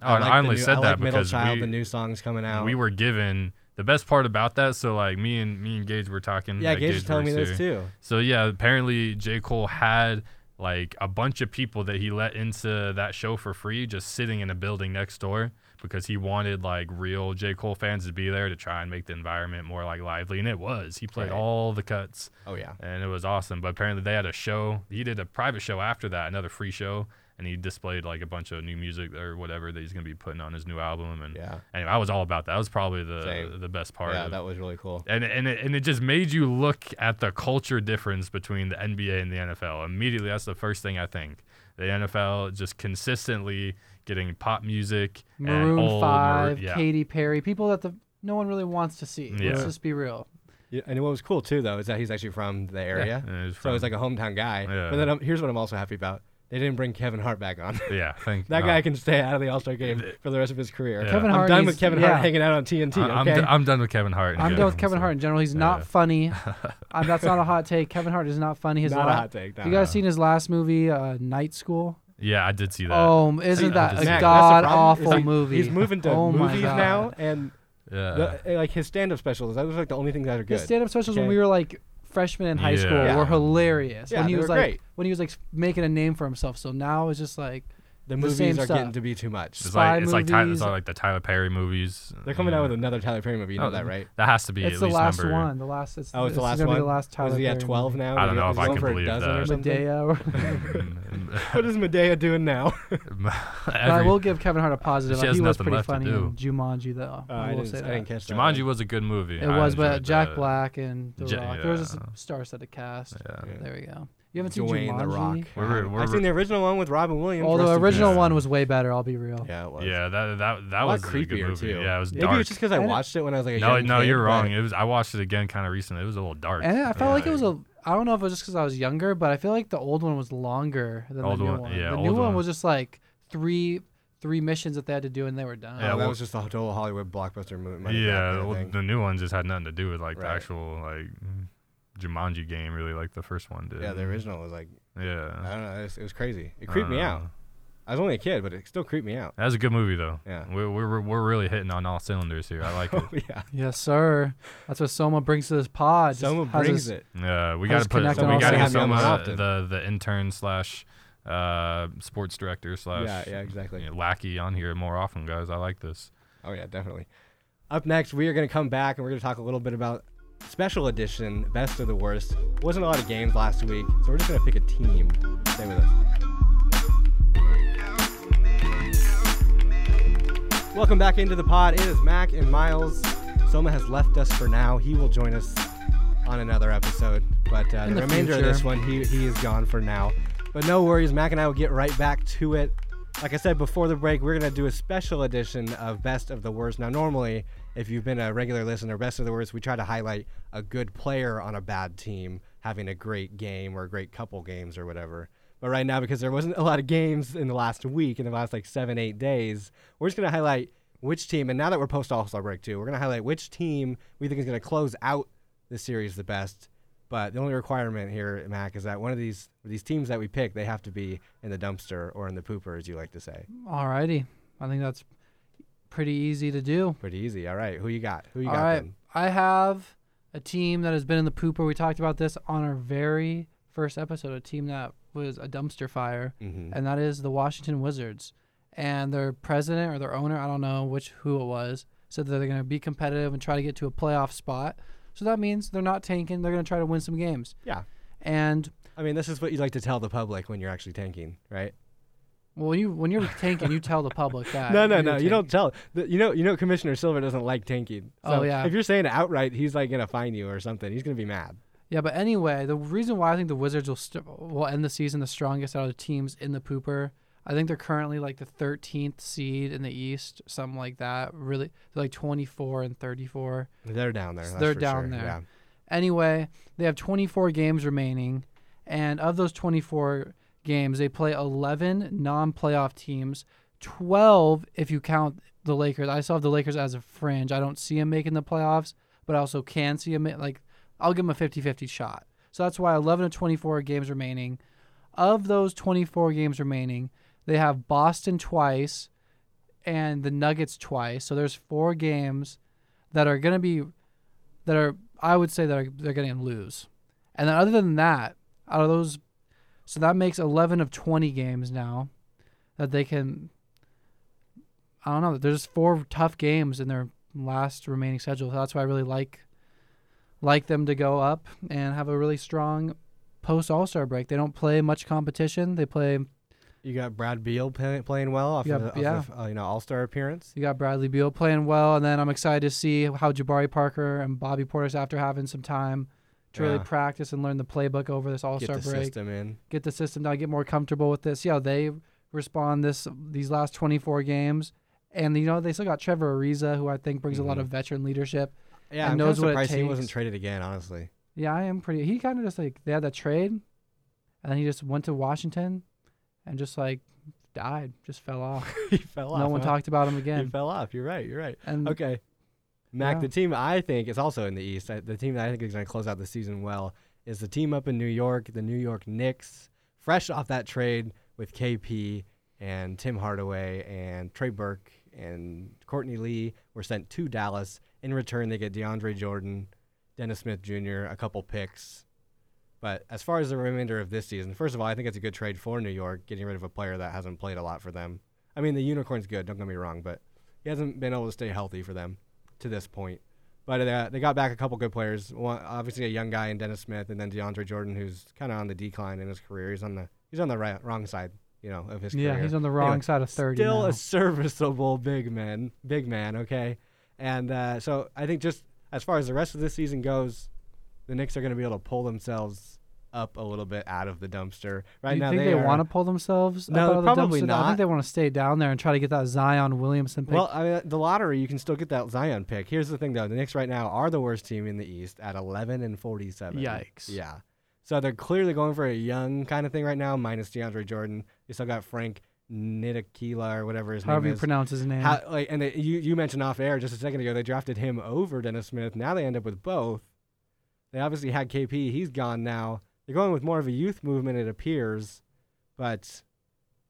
Speaker 3: Oh, and
Speaker 2: like
Speaker 3: I,
Speaker 2: the
Speaker 3: only
Speaker 2: new-
Speaker 3: said
Speaker 2: I
Speaker 3: that
Speaker 2: like Middle
Speaker 3: because
Speaker 2: Child,
Speaker 3: we,
Speaker 2: the new songs coming out.
Speaker 3: we were given the best part about that. So, like, me and me and Gage were talking.
Speaker 2: yeah,
Speaker 3: like,
Speaker 2: Gage was telling me
Speaker 3: works
Speaker 2: this
Speaker 3: here.
Speaker 2: too.
Speaker 3: So, yeah, apparently J. Cole had like a bunch of people that he let into that show for free just sitting in a building next door because he wanted like real J. Cole fans to be there to try and make the environment more like lively. And it was. He played
Speaker 2: Right.
Speaker 3: all the cuts.
Speaker 2: Oh yeah.
Speaker 3: and it was awesome. But apparently they had a show. He did a private show after that, another free show, and he displayed like a bunch of new music or whatever that he's gonna be putting on his new album. And
Speaker 2: Yeah.
Speaker 3: anyway, I was all about that. That was probably the
Speaker 2: Same.
Speaker 3: the best part.
Speaker 2: yeah,
Speaker 3: of,
Speaker 2: that was really cool.
Speaker 3: and and it, and it just made you look at the culture difference between the NBA and the NFL. Immediately, that's the first thing I think. The NFL just consistently getting pop music, and
Speaker 4: Maroon
Speaker 3: old, Mar-
Speaker 4: Five,
Speaker 3: yeah.
Speaker 4: Katy Perry, people that the no one really wants to see. Let's
Speaker 3: Yeah.
Speaker 4: just be real.
Speaker 2: Yeah, and what was cool too though is that he's actually from the area,
Speaker 3: And it was
Speaker 2: so he's
Speaker 3: from-
Speaker 2: like a hometown guy.
Speaker 3: Yeah.
Speaker 2: But then um, here's what I'm also happy about: they didn't bring Kevin Hart back on.
Speaker 3: yeah, thank
Speaker 2: that
Speaker 3: no.
Speaker 2: guy can stay out of the All Star game for the rest of his career.
Speaker 3: Yeah.
Speaker 4: Kevin Hart
Speaker 2: I'm done
Speaker 4: needs-
Speaker 2: with Kevin
Speaker 4: yeah.
Speaker 2: Hart hanging out on TNT.
Speaker 3: I- I'm,
Speaker 2: okay.
Speaker 3: d- I'm done with Kevin Hart. in
Speaker 4: I'm done with
Speaker 3: general,
Speaker 4: Kevin
Speaker 3: so-
Speaker 4: Hart in general. He's not funny. Um, that's not a hot take. Kevin Hart is not funny. His
Speaker 2: Not a
Speaker 4: la-
Speaker 2: hot take, no,
Speaker 4: you guys
Speaker 2: no.
Speaker 4: seen his last movie, uh, Night School?
Speaker 3: Yeah, I did see that.
Speaker 4: Oh, isn't
Speaker 3: See,
Speaker 4: that
Speaker 3: I'm
Speaker 4: a
Speaker 3: just- Mac, that's the
Speaker 4: god
Speaker 2: problem, is
Speaker 4: awful
Speaker 2: he-
Speaker 4: movie?
Speaker 2: He's moving to
Speaker 4: oh my
Speaker 2: movies
Speaker 4: God.
Speaker 2: now, and
Speaker 3: yeah.
Speaker 2: the, like his stand up specials. That was like the only things that are good.
Speaker 4: His stand-up specials when
Speaker 2: Okay.
Speaker 4: we were like freshmen in high
Speaker 3: Yeah.
Speaker 4: school
Speaker 2: Yeah.
Speaker 4: were hilarious.
Speaker 2: Yeah,
Speaker 4: when he
Speaker 2: they
Speaker 4: was
Speaker 2: were
Speaker 4: like
Speaker 2: great.
Speaker 4: when he was like s- making a name for himself. So now it's just like
Speaker 2: the
Speaker 4: the
Speaker 2: movies
Speaker 4: same
Speaker 2: are getting
Speaker 4: stuff.
Speaker 2: to be too much.
Speaker 3: It's
Speaker 4: spy
Speaker 3: like it's like Ty-
Speaker 4: movies.
Speaker 3: it's all like the Tyler Perry movies. Oh,
Speaker 2: They're coming out with another Tyler Perry movie. You know that, right?
Speaker 3: That has to be
Speaker 4: it's
Speaker 3: at
Speaker 4: the
Speaker 3: least
Speaker 4: last
Speaker 3: number.
Speaker 4: one. The last. It's,
Speaker 2: Oh, it's the
Speaker 4: this
Speaker 2: last
Speaker 4: Oh, is gonna
Speaker 2: one.
Speaker 4: Be the last Tyler
Speaker 2: Is he at
Speaker 4: Perry
Speaker 2: 12
Speaker 4: movie.
Speaker 2: now?
Speaker 3: I don't
Speaker 2: Is he-
Speaker 3: know
Speaker 2: is
Speaker 3: if
Speaker 2: he
Speaker 3: I
Speaker 2: going
Speaker 3: can
Speaker 2: for a
Speaker 3: believe
Speaker 2: dozen
Speaker 3: that.
Speaker 2: or something?
Speaker 4: Medea. or-
Speaker 2: What is Medea doing now?
Speaker 4: But I
Speaker 3: Every-
Speaker 4: will give Kevin Hart a positive.
Speaker 3: She
Speaker 4: Like,
Speaker 3: has
Speaker 4: he was
Speaker 3: nothing
Speaker 4: pretty
Speaker 3: left to
Speaker 4: funny in
Speaker 3: do.
Speaker 4: Jumanji, though.
Speaker 2: Uh,
Speaker 4: I
Speaker 2: I,
Speaker 4: will
Speaker 2: didn't,
Speaker 4: say
Speaker 2: I
Speaker 4: that.
Speaker 2: didn't catch that.
Speaker 3: Jumanji was a good movie.
Speaker 4: It
Speaker 3: I
Speaker 4: was, but
Speaker 3: enjoyed
Speaker 4: Jack
Speaker 3: that.
Speaker 4: Black and The
Speaker 3: Ja-
Speaker 4: Rock. There was a s-
Speaker 3: yeah.
Speaker 4: star set of cast.
Speaker 3: Yeah.
Speaker 2: Yeah.
Speaker 4: There we go. You haven't seen
Speaker 2: Dwayne
Speaker 4: Jumanji?
Speaker 2: the Rock.
Speaker 3: We're- we're-
Speaker 2: I've seen the original one with Robin Williams.
Speaker 4: Well,
Speaker 2: Rest
Speaker 4: the
Speaker 2: in
Speaker 4: original
Speaker 2: peace.
Speaker 4: one was way better. I'll be real.
Speaker 2: Yeah, it was.
Speaker 3: Yeah, that that that
Speaker 2: a lot
Speaker 3: was a good
Speaker 2: creepier
Speaker 3: movie.
Speaker 2: too.
Speaker 3: Yeah, it was
Speaker 2: Maybe
Speaker 3: dark.
Speaker 2: it's just because I
Speaker 4: And it-
Speaker 2: watched it when I was like a
Speaker 3: no,
Speaker 2: young
Speaker 3: no,
Speaker 2: kid,
Speaker 3: you're
Speaker 2: but- Eh,
Speaker 3: wrong. It was I watched it again kind of recently. It was a little dark. Uh,
Speaker 4: And I felt like it was
Speaker 3: Yeah.
Speaker 4: a. I don't know if it was just because I was younger, but I feel like the old one was longer than
Speaker 3: Old
Speaker 4: the new one.
Speaker 3: one- yeah,
Speaker 4: the new
Speaker 3: old
Speaker 4: one.
Speaker 3: one.
Speaker 4: was just like three, three missions that they had to do and they were done.
Speaker 2: Oh,
Speaker 3: Yeah,
Speaker 2: that
Speaker 3: well-
Speaker 2: was just the total Hollywood blockbuster movie.
Speaker 3: yeah. well, the new one just had nothing to do with like the
Speaker 2: Right.
Speaker 3: actual like Jumanji game really like the first one did.
Speaker 2: Yeah, the original was like I
Speaker 3: Yeah.
Speaker 2: don't know. It was, it was crazy. It
Speaker 3: I
Speaker 2: creeped
Speaker 3: don't
Speaker 2: me
Speaker 3: know.
Speaker 2: out. I was only a kid, but it still creeped me out.
Speaker 3: That was a good movie though.
Speaker 2: Yeah.
Speaker 3: We're we're we're- we're really hitting on all cylinders here. I like it.
Speaker 2: Oh yeah.
Speaker 4: Yes, sir. That's what Soma brings to this pod. Just
Speaker 2: Soma
Speaker 4: has
Speaker 2: brings
Speaker 4: this-
Speaker 2: it.
Speaker 3: Yeah, we
Speaker 4: I
Speaker 3: gotta
Speaker 4: just
Speaker 3: put
Speaker 4: connect
Speaker 3: we
Speaker 2: on all
Speaker 3: gotta get
Speaker 2: sides.
Speaker 3: some
Speaker 2: Yeah,
Speaker 3: uh,
Speaker 2: often.
Speaker 3: the the intern slash uh sports director slash
Speaker 2: Yeah, yeah, exactly.
Speaker 3: you know, lackey on here more often, guys. I like this.
Speaker 2: Oh yeah, definitely. Up next, we are going to come back and we're going to talk a little bit about special edition best of the worst. Wasn't a lot of games last week, so we're just going to pick a team. Stay with us. Welcome back into the pod. It is Mac and Miles. Soma has left us for now. He will join us on another episode, but uh, the,
Speaker 4: In the
Speaker 2: remainder of this
Speaker 4: future.
Speaker 2: one, he he is gone for now. But no worries, Mac and I will get right back to it. Like I said before the break, we're gonna do a special edition of Best of the Worst. Now, normally, if you've been a regular listener, Best of the Worst, we try to highlight a good player on a bad team having a great game or a great couple games or whatever. But right now, because there wasn't a lot of games in the last week, in the last like seven, eight days, we're just gonna highlight which team. And now that we're post All Star break too, we're gonna highlight which team we think is gonna close out the series the best. But the only requirement here, at Mac, is that one of these these teams that we pick, they have to be in the dumpster or in the pooper, as you like to say.
Speaker 4: Alrighty. I think that's pretty easy to do.
Speaker 2: Pretty easy. All right, who you got? Who you
Speaker 4: All
Speaker 2: got?
Speaker 4: right.
Speaker 2: then?
Speaker 4: I have a team that has been in the pooper. We talked about this on our very first episode, a team that was a dumpster fire,
Speaker 2: Mm-hmm.
Speaker 4: and that is the Washington Wizards. And their president or their owner, I don't know which who it was, said that they're going to be competitive and try to get to a playoff spot. So that means they're not tanking. They're going to try to win some games.
Speaker 2: Yeah.
Speaker 4: And
Speaker 2: I mean, this is what you like to tell the public when you're actually tanking, right?
Speaker 4: well, when you when you're tanking, you tell the public that.
Speaker 2: no, no,
Speaker 4: you're
Speaker 2: no. Uh, You
Speaker 4: tanking.
Speaker 2: don't tell. The- You know, you know. Commissioner Silver doesn't like tanking. So
Speaker 4: Oh, yeah.
Speaker 2: If you're saying it outright, he's like gonna fine you or something. He's gonna be mad.
Speaker 4: Yeah, but anyway, the reason why I think the Wizards will st- will end the season the strongest out of the teams in the pooper. I think they're currently like the 13th seed in the East, something like that. Really, they're like 24 and 34.
Speaker 2: They're down there.
Speaker 4: So
Speaker 2: that's
Speaker 4: they're
Speaker 2: for
Speaker 4: down
Speaker 2: sure,
Speaker 4: there.
Speaker 2: Yeah.
Speaker 4: Anyway, they have 24 games remaining, and of those 24 games, they play 11 non-playoff teams, 12 if you count the Lakers. I still have the Lakers as a fringe. I don't see them making the playoffs, but I also can see them like I'll give them a 50-50 shot. So that's why 11 of 24 games remaining. Of those 24 games remaining, they have Boston twice and the Nuggets twice. So there's four games that are going to be that are I would say that are, they're going to lose. And then other than that, out of those, so that makes 11 of 20 games now that they can. I don't know. There's four tough games in their last remaining schedule. So that's why I really like like them to go up and have a really strong post All Star break. They don't play much competition. They play.
Speaker 2: You got Brad Beal play, playing well off
Speaker 4: Yeah,
Speaker 2: of the, off
Speaker 4: yeah.
Speaker 2: of, uh, you know All Star appearance.
Speaker 4: You got Bradley Beal playing well, and then I'm excited to see how Jabari Parker and Bobby Portis, after having some time to really
Speaker 2: Yeah.
Speaker 4: practice and learn the playbook over this All
Speaker 2: Get
Speaker 4: Star
Speaker 2: the
Speaker 4: break.
Speaker 2: system in.
Speaker 4: get the system down, get more comfortable with this. Yeah, they respond this these last 24 games, and you know they still got Trevor Ariza, who I think brings
Speaker 2: Mm-hmm.
Speaker 4: a lot of veteran leadership.
Speaker 2: Yeah,
Speaker 4: and
Speaker 2: I'm
Speaker 4: knows
Speaker 2: kind
Speaker 4: what
Speaker 2: of
Speaker 4: it
Speaker 2: surprised he wasn't
Speaker 4: takes.
Speaker 2: traded again. Honestly.
Speaker 4: Yeah, I am pretty. He kind of just like they had that trade, and then he just went to Washington, and just like died, just fell off.
Speaker 2: he fell off.
Speaker 4: no one
Speaker 2: huh?
Speaker 4: talked about him
Speaker 2: He
Speaker 4: again.
Speaker 2: fell off. You're right. You're right.
Speaker 4: And
Speaker 2: Okay. Mac,
Speaker 4: Mm. Yeah.
Speaker 2: the team I think is also in the East. I- The team that I think is going to close out the season well is the team up in New York, the New York Knicks, fresh off that trade with KP and Tim Hardaway and Trey Burke and Courtney Lee were sent to Dallas. In return, they get DeAndre Jordan, Dennis Smith Jr., a couple picks. But as far as the remainder of this season, first of all, I think it's a good trade for New York, getting rid of a player that hasn't played a lot for them. I mean, the unicorn's good, don't get me wrong, but he hasn't been able to stay healthy for them to this point. But uh, they got back a couple good players. One, obviously, a young guy in Dennis Smith, and then DeAndre Jordan, who's kind of on the decline in his career. He's on the he's on the right, wrong side, you know, of his career.
Speaker 4: yeah, he's on the wrong
Speaker 2: Anyway,
Speaker 4: side of 30.
Speaker 2: Still
Speaker 4: now.
Speaker 2: a serviceable big man, big man. Okay, and uh, so I think just as far as the rest of this season goes, the Knicks are going to be able to pull themselves up a little bit out of the dumpster. Right
Speaker 4: Do you
Speaker 2: now,
Speaker 4: think
Speaker 2: they,
Speaker 4: they,
Speaker 2: are-
Speaker 4: want to pull themselves? up
Speaker 2: No,
Speaker 4: out of
Speaker 2: probably
Speaker 4: the dumpster? I
Speaker 2: not.
Speaker 4: think they want to stay down there and try to get that Zion Williamson pick.
Speaker 2: Well, I mean, the lottery, you can still get that Zion pick. Here's the thing, though: the Knicks right now are the worst team in the East at 11 and 47.
Speaker 4: Yikes.
Speaker 2: Yeah. So they're clearly going for a young kind of thing right now, minus DeAndre Jordan. They still got Frank Nitakila or whatever his
Speaker 4: however
Speaker 2: name
Speaker 4: you
Speaker 2: is.
Speaker 4: pronounce his name.
Speaker 2: How, like, and it, you you mentioned off air just a second ago, they drafted him over Dennis Smith. Now they end up with both. They obviously had KP. He's gone now. They're going with more of a youth movement, it appears. But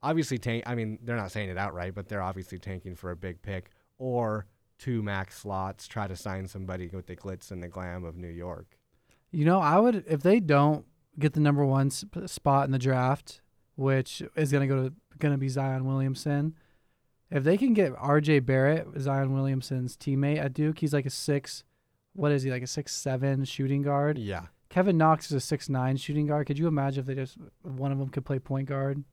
Speaker 2: obviously, tank. I mean, they're not saying it outright, but they're obviously tanking for a big pick or two max slots. Try to sign somebody with the glitz and the glam of New York.
Speaker 4: You know, I would if they don't get the number one sp- spot in the draft, which is gonna go to gonna be Zion Williamson. If they can get R.J. Barrett, Zion Williamson's teammate at Duke, he's like a six. What is he like a six seven shooting guard?
Speaker 2: Yeah,
Speaker 4: Kevin Knox is a six nine shooting guard. Could you imagine if they just one of them could play point guard?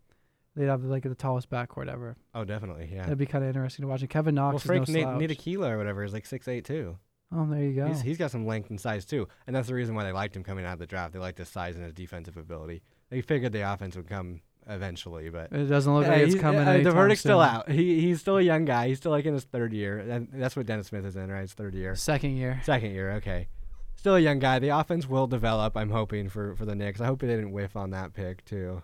Speaker 4: They'd have like the tallest backcourt ever.
Speaker 2: Oh, definitely. Yeah.
Speaker 4: That'd be kind of interesting to watch. And Kevin Knox
Speaker 2: Well, Frank
Speaker 4: is no
Speaker 2: Nate
Speaker 4: slouch.
Speaker 2: Nitakila or whatever is like six eight too.
Speaker 4: oh, there you go.
Speaker 2: He's, he's got some length and size too, and that's the reason why they liked him coming out of the draft. They liked his size and his defensive ability. They figured the offense would come eventually, but
Speaker 4: it doesn't look like
Speaker 2: Yeah,
Speaker 4: it's
Speaker 2: he's-
Speaker 4: coming.
Speaker 2: uh, the
Speaker 4: anytime
Speaker 2: verdict's still
Speaker 4: soon.
Speaker 2: out. He he's still a young guy. He's still like in his third year, and that's what Dennis Smith is in, right? His third year,
Speaker 4: Second year.
Speaker 2: second year. Okay, still a young guy. The offense will develop. I'm hoping for for the Knicks. I hope they didn't whiff on that pick too.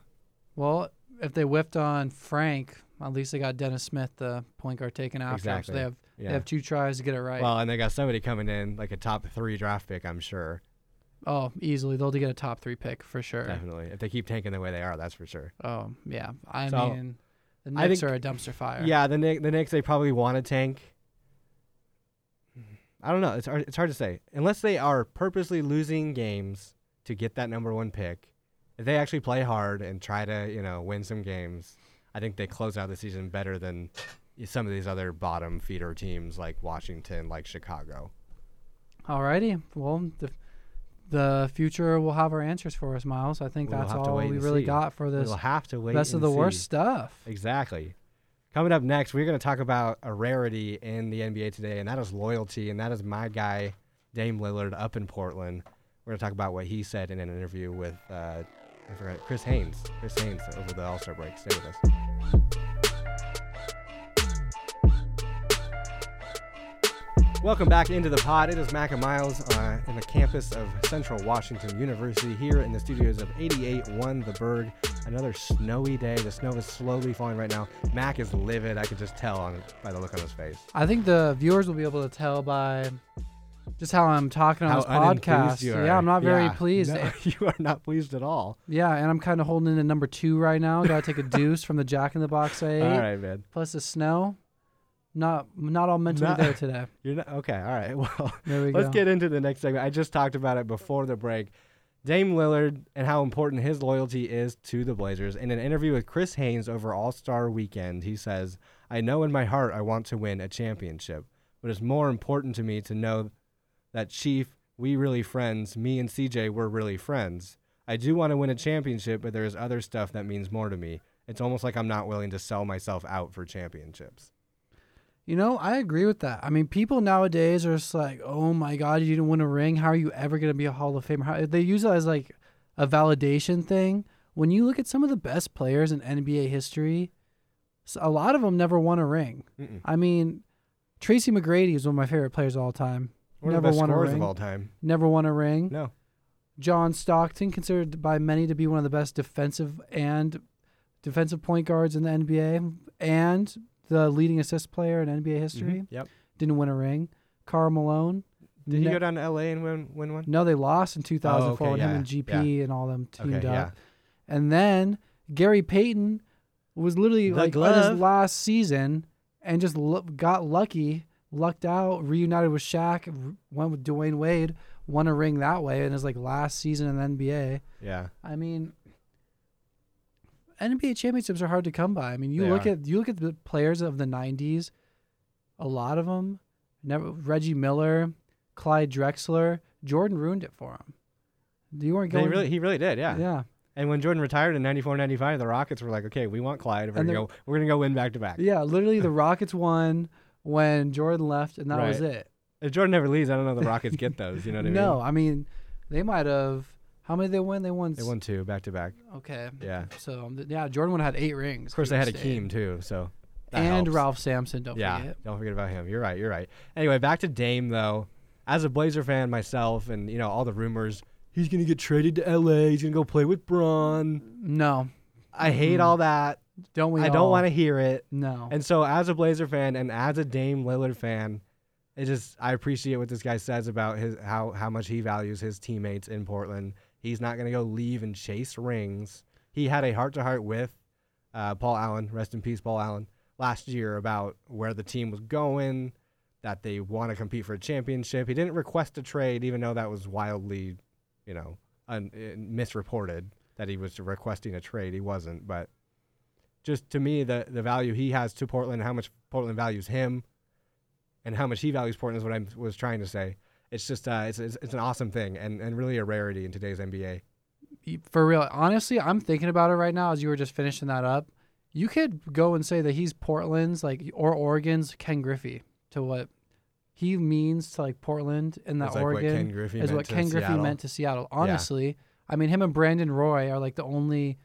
Speaker 4: Well, if they whiffed on Frank, at least they got Dennis Smith, the point guard, taken after.
Speaker 2: Exactly.
Speaker 4: So they have
Speaker 2: Yeah.
Speaker 4: they have two tries to get it right.
Speaker 2: Well, and they got somebody coming in like a top three draft pick. I'm sure,
Speaker 4: oh, easily they'll get a top three pick for sure.
Speaker 2: definitely. If they keep tanking the way they are, that's for sure.
Speaker 4: Oh yeah, I
Speaker 2: So,
Speaker 4: mean the
Speaker 2: I
Speaker 4: Knicks
Speaker 2: think-
Speaker 4: are a dumpster fire.
Speaker 2: Yeah, the Knick, the Knicks they probably want to tank. I don't know. It's hard, it's hard to say unless they are purposely losing games to get that number one pick. If they actually play hard and try to you know win some games, I think they close out the season better than some of these other bottom feeder teams like Washington, like Chicago.
Speaker 4: Alrighty. Well, the the future will have our answers for us, Miles. I think
Speaker 2: We'll
Speaker 4: that's
Speaker 2: have to
Speaker 4: all
Speaker 2: wait
Speaker 4: we
Speaker 2: and
Speaker 4: really
Speaker 2: see.
Speaker 4: got for this
Speaker 2: We'll have to wait.
Speaker 4: best of
Speaker 2: and
Speaker 4: the
Speaker 2: see.
Speaker 4: worst stuff.
Speaker 2: Exactly. Coming up next, we're going to talk about a rarity in the NBA today, and that is loyalty. And that is my guy, Dame Lillard, up in Portland. We're going to talk about what he said in an interview with uh, I forgot, Chris Haynes. Chris Haynes over the All Star break. Stay with us. Welcome back into the pod. It is Mac and Miles uh, in the campus of Central Washington University here in the studios of 88.1 The Berg. Another snowy day. The snow is slowly falling right now. Mac is livid. I could just tell on, by the look on his face.
Speaker 4: I think the viewers will be able to tell by just how I'm talking on
Speaker 2: How
Speaker 4: this
Speaker 2: unenthused
Speaker 4: podcast.
Speaker 2: you are.
Speaker 4: Yeah, I'm not very
Speaker 2: Yeah.
Speaker 4: pleased.
Speaker 2: No, you are not pleased at all.
Speaker 4: Yeah, and I'm kind of holding in a number two right now. Got to take a deuce from the Jack in the Box I ate,
Speaker 2: All right, man.
Speaker 4: plus the snow. Not not all mentally
Speaker 2: Not-
Speaker 4: there today.
Speaker 2: You're not okay. All right. Well,
Speaker 4: There we
Speaker 2: let's
Speaker 4: go.
Speaker 2: get into the next segment. I just talked about it before the break. Dame Lillard and how important his loyalty is to the Blazers. In an interview with Chris Haynes over All Star Weekend, he says, "I know in my heart I want to win a championship, but it's more important to me to know that Chief, we really friends. Me and CJ, we're really friends. I do want to win a championship, but there is other stuff that means more to me. It's almost like I'm not willing to sell myself out for championships."
Speaker 4: You know, I agree with that. I mean, people nowadays are just like, "Oh my God, you didn't win a ring. How are you ever going to be a Hall of Famer?" How, they use it as like a validation thing. When you look at some of the best players in NBA history, s- a lot of them never won a ring.
Speaker 2: Mm-mm.
Speaker 4: I mean, Tracy McGrady is one of my favorite players of all time.
Speaker 2: One
Speaker 4: never
Speaker 2: of the best
Speaker 4: won a
Speaker 2: scorers
Speaker 4: ring.
Speaker 2: of all time.
Speaker 4: Never won a ring.
Speaker 2: No.
Speaker 4: John Stockton, considered by many to be one of the best defensive and defensive point guards in the NBA, and the leading assist player in NBA history,
Speaker 2: Mhm. Yep.
Speaker 4: didn't win a ring. Carl Malone.
Speaker 2: Did he
Speaker 4: ne-
Speaker 2: go down to LA and win win one?
Speaker 4: No, they lost in 2004
Speaker 2: Oh, okay,
Speaker 4: when
Speaker 2: yeah,
Speaker 4: him and GP and all them teamed
Speaker 2: Okay,
Speaker 4: up. And then Gary Payton was literally
Speaker 2: The
Speaker 4: like on
Speaker 2: glove.
Speaker 4: his last season and just lu- got lucky, lucked out, reunited with Shaq, r- went with Dwayne Wade, won a ring that way in his like last season in the NBA.
Speaker 2: Yeah.
Speaker 4: I mean, NBA championships are hard to come by. I mean, you
Speaker 2: They
Speaker 4: look
Speaker 2: are.
Speaker 4: at you look at the players of the '90s. A lot of them, never Reggie Miller, Clyde Drexler, Jordan ruined it for him. You weren't
Speaker 2: They
Speaker 4: going.
Speaker 2: really, he really did, yeah.
Speaker 4: yeah. yeah,
Speaker 2: And when Jordan retired in 94, 95, the Rockets were like, okay, we want Clyde. We're
Speaker 4: And
Speaker 2: going to go, we're gonna go win back to back.
Speaker 4: Literally, the Rockets won when Jordan left, and that was
Speaker 2: Right.
Speaker 4: it.
Speaker 2: If Jordan never leaves, I don't know the Rockets get those. You know what I mean?
Speaker 4: no, I mean, they might have. How many they win? They won.
Speaker 2: They
Speaker 4: s-
Speaker 2: won two back to back.
Speaker 4: Okay.
Speaker 2: Yeah. Of
Speaker 4: So um, th- yeah, Jordan would have had eight rings. Of
Speaker 2: course, they had Akeem, too. So that
Speaker 4: and
Speaker 2: helps.
Speaker 4: Ralph Sampson. Don't
Speaker 2: yeah,
Speaker 4: forget.
Speaker 2: don't forget about him. You're right. You're right. Anyway, back to Dame though. As a Blazer fan myself, and you know all the rumors, he's gonna get traded to LA. He's gonna go play with Braun.
Speaker 4: No,
Speaker 2: I hate all that.
Speaker 4: don't Mm-hmm. we?
Speaker 2: I don't want to hear it.
Speaker 4: No.
Speaker 2: And so, as a Blazer fan and as a Dame Lillard fan, it just I appreciate what this guy says about his how how much he values his teammates in Portland. He's not going to go leave and chase rings. He had a heart to heart with uh, Paul Allen, rest in peace, Paul Allen, last year about where the team was going, that they want to compete for a championship. He didn't request a trade, even though that was wildly, you know, un- uh, misreported that he was requesting a trade. He wasn't, but just to me, the the value he has to Portland, how much Portland values him, and how much he values Portland is what I was trying to say. It's just uh, it's, it's it's an awesome thing and, and really a rarity in today's NBA.
Speaker 4: Y- For real, honestly, I'm thinking about it right now as you were just finishing that up. You could go and say that he's Portland's like or Oregon's Ken Griffey to what he means to like Portland and that
Speaker 2: It's like what
Speaker 4: Oregon
Speaker 2: Ken Griffey
Speaker 4: is
Speaker 2: meant
Speaker 4: what
Speaker 2: to
Speaker 4: Ken Griffey
Speaker 2: Seattle.
Speaker 4: meant to Seattle. Honestly, I mean him and Brandon Roy are like the only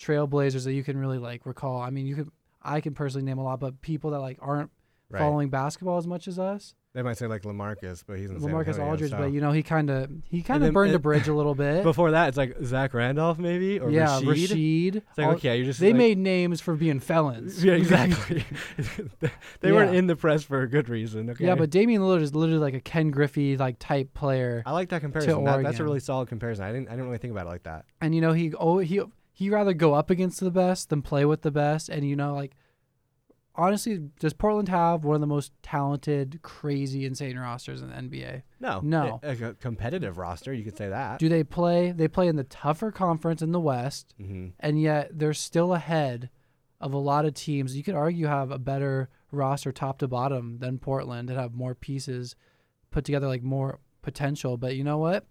Speaker 4: trailblazers that you can really like recall. I mean, you could I can personally name a lot, but people that like aren't
Speaker 2: Right.
Speaker 4: following basketball as much as us.
Speaker 2: They might say like Lamarcus, but he's in
Speaker 4: Lamarcus
Speaker 2: San Antonio,
Speaker 4: Aldridge,
Speaker 2: so-
Speaker 4: but you know he kind of he kind
Speaker 2: then
Speaker 4: of burned
Speaker 2: it-
Speaker 4: a bridge a little bit.
Speaker 2: before that it's like Zach Randolph maybe or
Speaker 4: yeah,
Speaker 2: Rashid.
Speaker 4: Rashid.
Speaker 2: It's like
Speaker 4: All-
Speaker 2: okay, you're just
Speaker 4: they
Speaker 2: like-
Speaker 4: made names for being felons.
Speaker 2: yeah exactly. they weren't
Speaker 4: Yeah.
Speaker 2: in the press for a good reason. Okay.
Speaker 4: Yeah, but Damian Lillard is literally like a Ken Griffey like type player,
Speaker 2: I like that comparison. That, that's a
Speaker 4: Oregon.
Speaker 2: really solid comparison. I didn't I didn't really think about it like that.
Speaker 4: and you know he oh he he rather go up against the best than play with the best, and you know like honestly, does Portland have one of the most talented, crazy, insane rosters in the NBA?
Speaker 2: No,
Speaker 4: No.
Speaker 2: a, a competitive roster. You could say that.
Speaker 4: Do they play? They play in the tougher conference in the West,
Speaker 2: hmm
Speaker 4: and yet they're still ahead of a lot of teams. You could argue have a better roster top to bottom than Portland and have more pieces put together, like more potential. But you know what?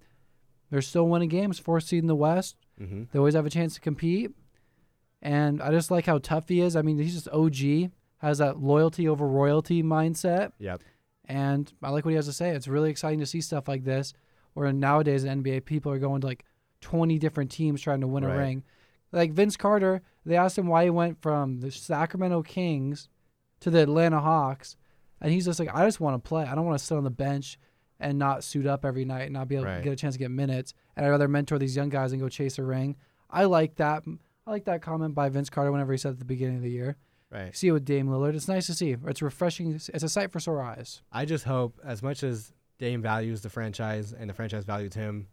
Speaker 4: They're still winning games, fourth seed in the West.
Speaker 2: Mhm.
Speaker 4: They always have a chance to compete. And I just like how tough he is. I mean, he's just OG, has that loyalty over royalty mindset.
Speaker 2: Yep.
Speaker 4: And I like what he has to say. It's really exciting to see stuff like this, where nowadays in NBA people are going to like 20 different teams trying to win
Speaker 2: Right.
Speaker 4: a ring. Like Vince Carter, they asked him why he went from the Sacramento Kings to the Atlanta Hawks, and he's just like, I just want to play. I don't want to sit on the bench and not suit up every night and not be able
Speaker 2: Right.
Speaker 4: to get a chance to get minutes. And I'd rather mentor these young guys and go chase a ring. I like that. I like that comment by Vince Carter whenever he said at the beginning of the year.
Speaker 2: Right.
Speaker 4: See it with Dame Lillard. It's nice to see. It's refreshing. It's a sight for sore eyes.
Speaker 2: I just hope, as much as Dame values the franchise and the franchise values him,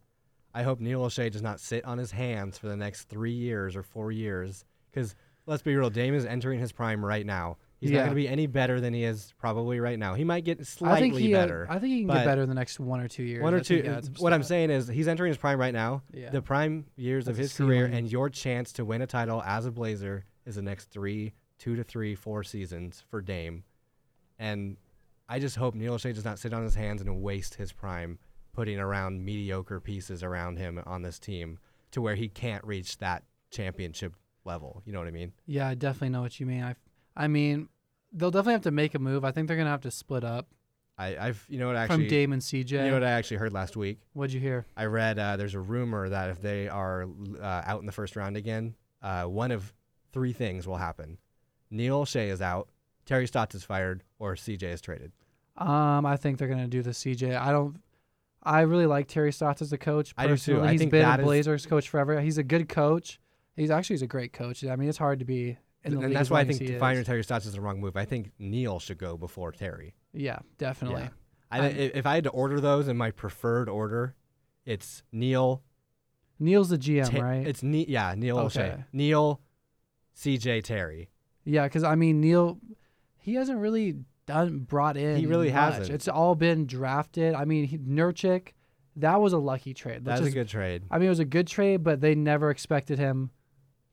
Speaker 2: I hope Neil O'Shea does not sit on his hands for the next three years or four years. Because let's be real, Dame is entering his prime right now. He's not
Speaker 4: Yeah.
Speaker 2: going to be any better than he is probably right now. He might get
Speaker 4: I think
Speaker 2: slightly
Speaker 4: he, uh,
Speaker 2: better.
Speaker 4: I think he can
Speaker 2: but
Speaker 4: get better in the next one or two years.
Speaker 2: One or
Speaker 4: I think
Speaker 2: two.
Speaker 4: he adds some
Speaker 2: What I'm
Speaker 4: stuff.
Speaker 2: saying is, he's entering his prime right now.
Speaker 4: Yeah.
Speaker 2: The prime years of
Speaker 4: That's
Speaker 2: his
Speaker 4: a
Speaker 2: career
Speaker 4: ceiling.
Speaker 2: and your chance to win a title as a Blazer is the next three, two to three, four seasons for Dame. And I just hope Neil O'Shea does not sit on his hands and waste his prime putting around mediocre pieces around him on this team to where he can't reach that championship level. You know what I mean?
Speaker 4: Yeah, I definitely know what you mean. I, I mean, they'll definitely have to make a move. I think they're gonna have to split up
Speaker 2: I, I've, you know what, actually,
Speaker 4: from Dame and CJ.
Speaker 2: you know what I actually heard last week?
Speaker 4: What'd you hear?
Speaker 2: I read uh, there's a rumor that if they are uh, out in the first round again, uh, one of three things will happen: Neil Shea is out, Terry Stotts is fired, or CJ is traded.
Speaker 4: Um, I think they're gonna do the CJ. I don't. I really like Terry Stotts as a coach.
Speaker 2: I do too.
Speaker 4: Personally.
Speaker 2: I
Speaker 4: He's
Speaker 2: think
Speaker 4: been
Speaker 2: that
Speaker 4: a
Speaker 2: is-
Speaker 4: Blazers coach forever. He's a good coach. He's actually he's a great coach. I mean, it's hard to be in the
Speaker 2: and
Speaker 4: league
Speaker 2: that's
Speaker 4: as
Speaker 2: why I
Speaker 4: long as
Speaker 2: think
Speaker 4: he is.
Speaker 2: firing Terry Stotts is the wrong move. I think Neil should go before Terry.
Speaker 4: Yeah, definitely.
Speaker 2: Yeah. I,
Speaker 4: I'm-
Speaker 2: if I had to order those in my preferred order, it's Neil.
Speaker 4: Neil's the GM,
Speaker 2: Te-
Speaker 4: right?
Speaker 2: It's ne- yeah, Neil Shea,
Speaker 4: Okay.
Speaker 2: Neil, CJ, Terry.
Speaker 4: Yeah, because I mean Neil, he hasn't really done brought in.
Speaker 2: He really
Speaker 4: much.
Speaker 2: hasn't.
Speaker 4: It's all been drafted. I mean he, Nurchik, that was a lucky trade.
Speaker 2: That's
Speaker 4: Let's
Speaker 2: a
Speaker 4: just-
Speaker 2: good trade.
Speaker 4: I mean it was a good trade, but they never expected him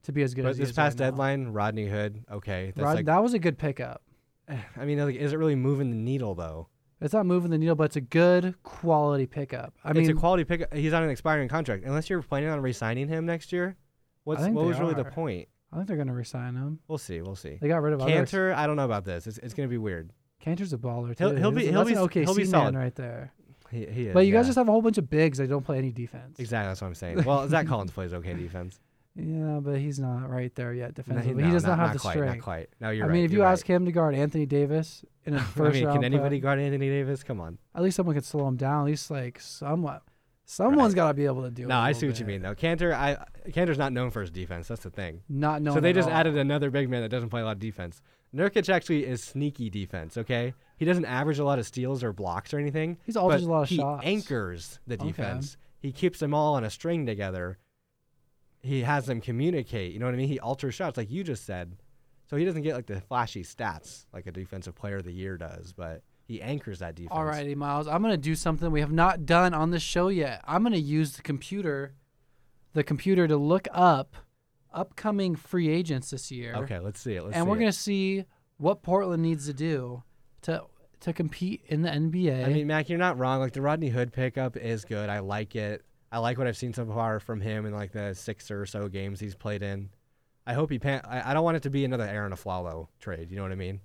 Speaker 4: to be as good
Speaker 2: But
Speaker 4: as he
Speaker 2: this
Speaker 4: is
Speaker 2: past
Speaker 4: right now.
Speaker 2: deadline, Rodney Hood. Okay, that's
Speaker 4: Rod-
Speaker 2: like.
Speaker 4: that was a good pickup.
Speaker 2: I mean, like, is it really moving the needle though?
Speaker 4: It's not moving the needle, but it's a good quality pickup. I mean,
Speaker 2: it's a quality pick. He's on an expiring contract. Unless you're planning on re-signing him next year, what's
Speaker 4: think
Speaker 2: what
Speaker 4: they
Speaker 2: was really the
Speaker 4: are.
Speaker 2: point?
Speaker 4: I think they're gonna resign him.
Speaker 2: We'll see. We'll see.
Speaker 4: They got rid of Others.
Speaker 2: Cantor, I don't know about this. It's, it's gonna be weird.
Speaker 4: Cantor's a baller too.
Speaker 2: He'll- he'll be-
Speaker 4: He's-
Speaker 2: he'll
Speaker 4: that's
Speaker 2: be-
Speaker 4: an OKC
Speaker 2: he'll be
Speaker 4: man
Speaker 2: solid.
Speaker 4: right there.
Speaker 2: He, he is.
Speaker 4: But you
Speaker 2: yeah.
Speaker 4: guys just have a whole bunch of bigs that don't play any defense.
Speaker 2: exactly that's what I'm saying. Well, Zach Collins plays okay defense.
Speaker 4: Yeah, but he's not right there yet
Speaker 2: No,
Speaker 4: defensively.
Speaker 2: no,
Speaker 4: he does not, have the
Speaker 2: quite,
Speaker 4: strength.
Speaker 2: Not quite. No, you're
Speaker 4: I
Speaker 2: right.
Speaker 4: mean, if you
Speaker 2: you're
Speaker 4: ask him to guard Anthony Davis in a
Speaker 2: right. I
Speaker 4: first
Speaker 2: mean,
Speaker 4: round,
Speaker 2: can anybody
Speaker 4: pick,
Speaker 2: guard Anthony Davis? Come on.
Speaker 4: at least someone could slow him down. At least like somewhat, someone's got to be able to do. it
Speaker 2: No,
Speaker 4: a
Speaker 2: I
Speaker 4: little
Speaker 2: see what you
Speaker 4: bit.
Speaker 2: mean though. Cantor, I Cantor's not known for his defense. That's the thing.
Speaker 4: Not knowing.
Speaker 2: so they
Speaker 4: at
Speaker 2: just
Speaker 4: all.
Speaker 2: added another big man that doesn't play a lot of defense. Nurkic actually is sneaky defense. Okay, He doesn't average a lot of steals or blocks or anything.
Speaker 4: He's altered
Speaker 2: but
Speaker 4: a lot of
Speaker 2: he
Speaker 4: shots.
Speaker 2: anchors the
Speaker 4: Okay.
Speaker 2: defense. He keeps them all on a string together. He has them communicate. You know what I mean? He alters shots, like you just said. So he doesn't get like the flashy stats like a defensive player of the year does, but he anchors that defense.
Speaker 4: Alrighty, Miles. I'm gonna do something we have not done on this show yet. I'm gonna use the computer, the computer to look up upcoming free agents this year.
Speaker 2: Okay, let's see it. Let's
Speaker 4: and
Speaker 2: see
Speaker 4: we're
Speaker 2: it.
Speaker 4: gonna see what Portland needs to do to to compete in the NBA.
Speaker 2: I mean, Mac, you're not wrong. Like the Rodney Hood pickup is good. I like it. I like what I've seen so far from him in like the six or so games he's played in. I hope he pan. I, I don't want it to be another Aaron Aflalo trade. You know what I mean?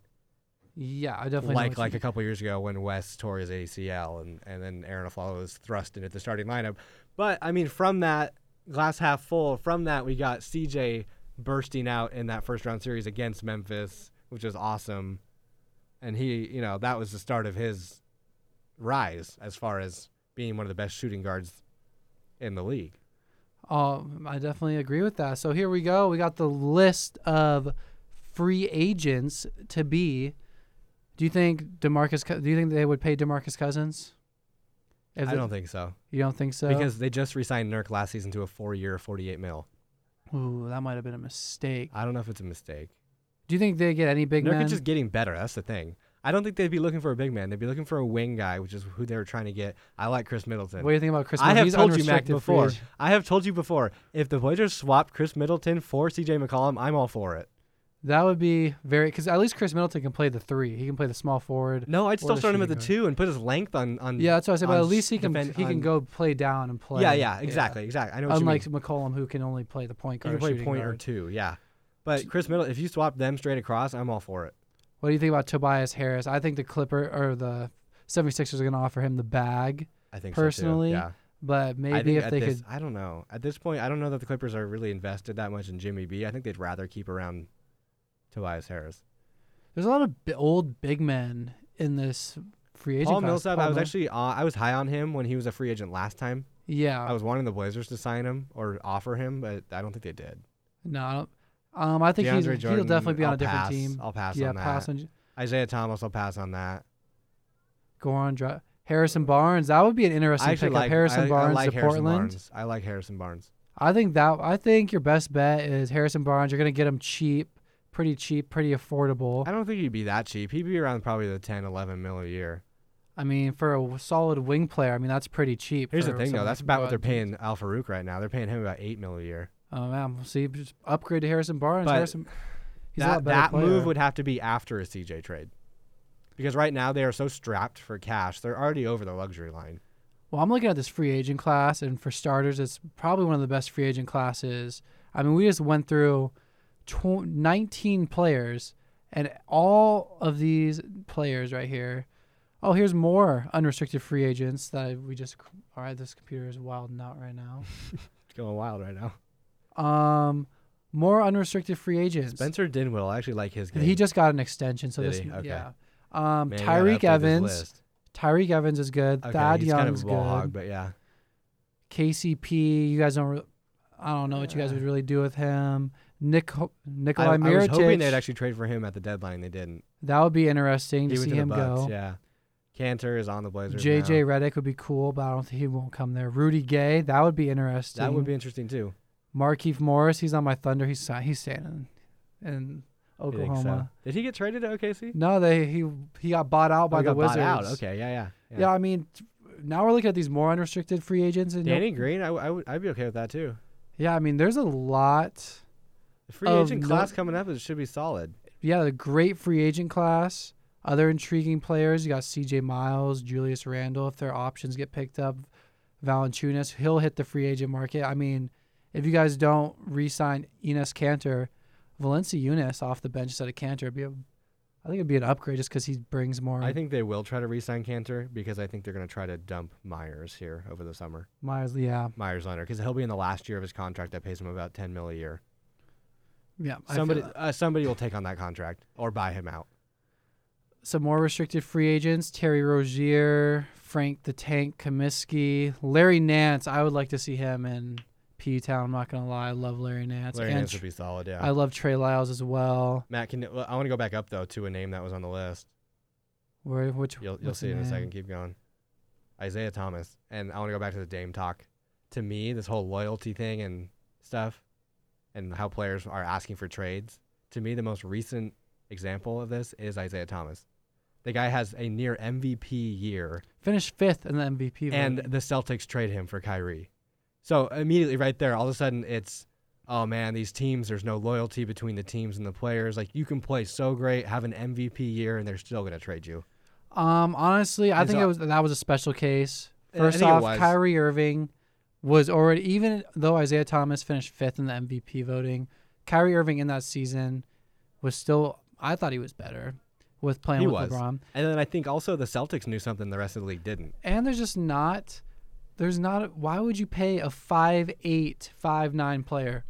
Speaker 4: yeah, I definitely know
Speaker 2: like
Speaker 4: what you
Speaker 2: like a
Speaker 4: mean.
Speaker 2: couple years ago when West tore his ACL and and then Aaron Aflalo was thrust into the starting lineup. But I mean, from that glass half full, from that we got CJ bursting out in that first round series against Memphis, which was awesome. And he, you know, that was the start of his rise as far as being one of the best shooting guards in the league.
Speaker 4: Um, I definitely agree with that. So here we go. We got the list of free agents to be. Do you think Demarcus? Cou- Do you think they would pay Demarcus Cousins? If
Speaker 2: I
Speaker 4: the-
Speaker 2: don't think so
Speaker 4: You don't think so?
Speaker 2: because they just re-signed Nurk last season to a four-year, forty-eight mil.
Speaker 4: ooh, that might have been a mistake.
Speaker 2: I don't know if it's a mistake.
Speaker 4: Do you think they get any big
Speaker 2: Nurkic
Speaker 4: men?
Speaker 2: is getting better. That's the thing. I don't think they'd be looking for a big man. They'd be looking for a wing guy, which is who they were trying to get. I like Chris Middleton.
Speaker 4: what do you think about Chris?
Speaker 2: I
Speaker 4: Middleton?
Speaker 2: have
Speaker 4: He's
Speaker 2: told you, Mac,
Speaker 4: unrestricted free
Speaker 2: before.
Speaker 4: agent.
Speaker 2: I have told you before. If the Blazers swap Chris Middleton for CJ McCollum, I'm all for it.
Speaker 4: That would be very because at least Chris Middleton can play the three. He can play the small forward.
Speaker 2: No, I'd
Speaker 4: Or
Speaker 2: still
Speaker 4: the
Speaker 2: start him at the
Speaker 4: shooting
Speaker 2: two and put his length on. on
Speaker 4: Yeah, that's what I said. But
Speaker 2: on
Speaker 4: at least he
Speaker 2: sh-
Speaker 4: can
Speaker 2: defend-
Speaker 4: he can
Speaker 2: on-
Speaker 4: go play down and play.
Speaker 2: Yeah, yeah, exactly, exactly. I know what
Speaker 4: Unlike
Speaker 2: you mean.
Speaker 4: McCollum, who can only play the point
Speaker 2: You
Speaker 4: guard.
Speaker 2: can play
Speaker 4: shooting
Speaker 2: point or
Speaker 4: guard.
Speaker 2: two, yeah. But Chris Middleton, if you swap them straight across, I'm all for it.
Speaker 4: What do you think about Tobias Harris? I think the Clipper or the 76ers are going to offer him the bag,
Speaker 2: I think
Speaker 4: Personally,
Speaker 2: so too. yeah.
Speaker 4: but
Speaker 2: I
Speaker 4: maybe
Speaker 2: think
Speaker 4: if
Speaker 2: at
Speaker 4: they
Speaker 2: this,
Speaker 4: could
Speaker 2: I don't know. At this point, I don't know that the Clippers are really invested that much in Jimmy B. I think they'd rather keep around Tobias Harris.
Speaker 4: There's a lot of bi- old big men in this free agent
Speaker 2: Paul
Speaker 4: class.
Speaker 2: Millsap, I was
Speaker 4: Mil-
Speaker 2: actually uh, I was high on him when he was a free agent last time.
Speaker 4: Yeah.
Speaker 2: I was wanting the Blazers to sign him or offer him, but I don't think they did.
Speaker 4: no. I don't- Um I think
Speaker 2: DeAndre
Speaker 4: he's, he'll
Speaker 2: Jordan,
Speaker 4: definitely be on
Speaker 2: I'll
Speaker 4: a different
Speaker 2: pass.
Speaker 4: team.
Speaker 2: I'll pass
Speaker 4: yeah,
Speaker 2: on that.
Speaker 4: pass on
Speaker 2: Isaiah Thomas, I'll pass on that.
Speaker 4: Goran Dra- Harrison Barnes. That would be an
Speaker 2: I
Speaker 4: interesting
Speaker 2: actually
Speaker 4: pickup.
Speaker 2: like
Speaker 4: Harrison
Speaker 2: I,
Speaker 4: Barnes
Speaker 2: I like
Speaker 4: to
Speaker 2: Harrison
Speaker 4: Portland.
Speaker 2: Barnes. I like Harrison Barnes.
Speaker 4: I think that I think your best bet is Harrison Barnes. You're going to get him cheap, pretty cheap, pretty affordable.
Speaker 2: I don't think he'd be that cheap. He'd be around probably the 10, 11 mil a year.
Speaker 4: I mean, for a w- solid wing player, I mean that's pretty cheap.
Speaker 2: Here's the
Speaker 4: for
Speaker 2: thing though,
Speaker 4: someone
Speaker 2: that's
Speaker 4: who can
Speaker 2: about
Speaker 4: go
Speaker 2: what
Speaker 4: out
Speaker 2: they're
Speaker 4: and do
Speaker 2: paying Al Farouk right now. They're paying him about eight mil a year.
Speaker 4: Oh man, we'll see, just upgrade to Harrison Barnes.
Speaker 2: But
Speaker 4: Harrison, he's a lot
Speaker 2: that
Speaker 4: better
Speaker 2: that
Speaker 4: player.
Speaker 2: move would have to be after a CJ trade, because right now they are so strapped for cash. They're already over the luxury line.
Speaker 4: Well, I'm looking at this free agent class, and for starters, it's probably one of the best free agent classes. I mean, we just went through tw- 19 players, and all of these players right here. Oh, here's more unrestricted free agents that I, we just. All right, this computer is wilding out right now.
Speaker 2: It's going wild right now.
Speaker 4: Um, more unrestricted free agents.
Speaker 2: Spencer Dinwiddie, I actually like his game.
Speaker 4: He just got an extension, so
Speaker 2: Did
Speaker 4: this
Speaker 2: he? Okay.
Speaker 4: yeah.
Speaker 2: Man,
Speaker 4: Um,
Speaker 2: we gotta update
Speaker 4: Tyreek
Speaker 2: this
Speaker 4: Evans.
Speaker 2: list.
Speaker 4: Tyreek Evans is good.
Speaker 2: Okay,
Speaker 4: Thad
Speaker 2: he's
Speaker 4: Young's
Speaker 2: kind of a ball
Speaker 4: good.
Speaker 2: hog, but yeah,
Speaker 4: KCP, you guys don't. Re- I don't know what you guys would really do with him. Nick
Speaker 2: I,
Speaker 4: Nikolai
Speaker 2: I was hoping
Speaker 4: Mirotic.
Speaker 2: they'd actually trade for him at the deadline. They didn't.
Speaker 4: that would be interesting to
Speaker 2: went
Speaker 4: see
Speaker 2: to the
Speaker 4: him
Speaker 2: Bucks,
Speaker 4: go.
Speaker 2: Yeah, Cantor is on the Blazers.
Speaker 4: JJ
Speaker 2: now.
Speaker 4: Redick would be cool, but I don't think he won't come there. Rudy Gay, that would be interesting.
Speaker 2: That would be interesting too.
Speaker 4: Markeith Morris. He's on my Thunder. He's si- he's standing in
Speaker 2: You think so?
Speaker 4: Oklahoma.
Speaker 2: Did he get traded to OKC?
Speaker 4: No, they he he got bought out by
Speaker 2: Oh, he
Speaker 4: the
Speaker 2: got bought
Speaker 4: Wizards.
Speaker 2: Out. Okay, yeah, yeah.
Speaker 4: Yeah. I mean, t- now we're looking at these more unrestricted free agents. And
Speaker 2: Danny Green, I, w- I would, I'd be okay with that too.
Speaker 4: yeah, I mean, there's a lot.
Speaker 2: The free
Speaker 4: Of
Speaker 2: agent
Speaker 4: Um, no-
Speaker 2: class coming up it should be solid.
Speaker 4: yeah, the great free agent class. Other intriguing players, you got C.J. Miles, Julius Randle. If their options get picked up, Valanciunas, he'll hit the free agent market. I mean, if you guys don't re-sign Enes Cantor, Valencia Eunice off the bench instead of Cantor, would be a, I think it'd be an upgrade just because he brings more.
Speaker 2: I think they will try to re-sign Cantor because I think they're going to try to dump Myers here over the summer.
Speaker 4: Myers, yeah,
Speaker 2: Myers Leonard because he'll be in the last year of his contract that pays him about ten mil a year.
Speaker 4: yeah. I feel
Speaker 2: Somebody,
Speaker 4: that.
Speaker 2: uh, somebody will take on that contract or buy him out.
Speaker 4: some more restricted free agents: Terry Rozier, Frank the Tank Kaminsky, Larry Nance. I would like to see him in P Town. I'm not gonna lie, I love Larry Nance.
Speaker 2: Larry
Speaker 4: And
Speaker 2: Nance
Speaker 4: Tr-
Speaker 2: would be solid. Yeah.
Speaker 4: I love Trey Lyles as well.
Speaker 2: Matt, can well, I want to go back up though to a name that was on the list?
Speaker 4: Where which
Speaker 2: You'll you'll
Speaker 4: what's
Speaker 2: see
Speaker 4: the
Speaker 2: in a
Speaker 4: name?
Speaker 2: second. Keep going. Isaiah Thomas, and I want to go back to the Dame talk. To me, this whole loyalty thing and stuff, and how players are asking for trades. To me, the most recent example of this is Isaiah Thomas. The guy has a near MVP year,
Speaker 4: Finished fifth in the MVP.
Speaker 2: and
Speaker 4: voting.
Speaker 2: the Celtics trade him for Kyrie. So immediately, right there, all of a sudden, it's oh man, these teams. There's no loyalty between the teams and the players. Like you can play so great, have an MVP year, and they're still gonna trade you.
Speaker 4: Um, honestly, I
Speaker 2: And
Speaker 4: think
Speaker 2: so-
Speaker 4: it was that was a special case.
Speaker 2: I- I
Speaker 4: First
Speaker 2: think it
Speaker 4: off,
Speaker 2: was.
Speaker 4: Kyrie Irving was already even though Isaiah Thomas finished fifth in the MVP voting, Kyrie Irving in that season was still I thought he was better with playing
Speaker 2: He
Speaker 4: with
Speaker 2: was.
Speaker 4: LeBron.
Speaker 2: And then I think also the Celtics knew something the rest of the league didn't.
Speaker 4: And there's just not there's not why would you pay a five eight, five nine player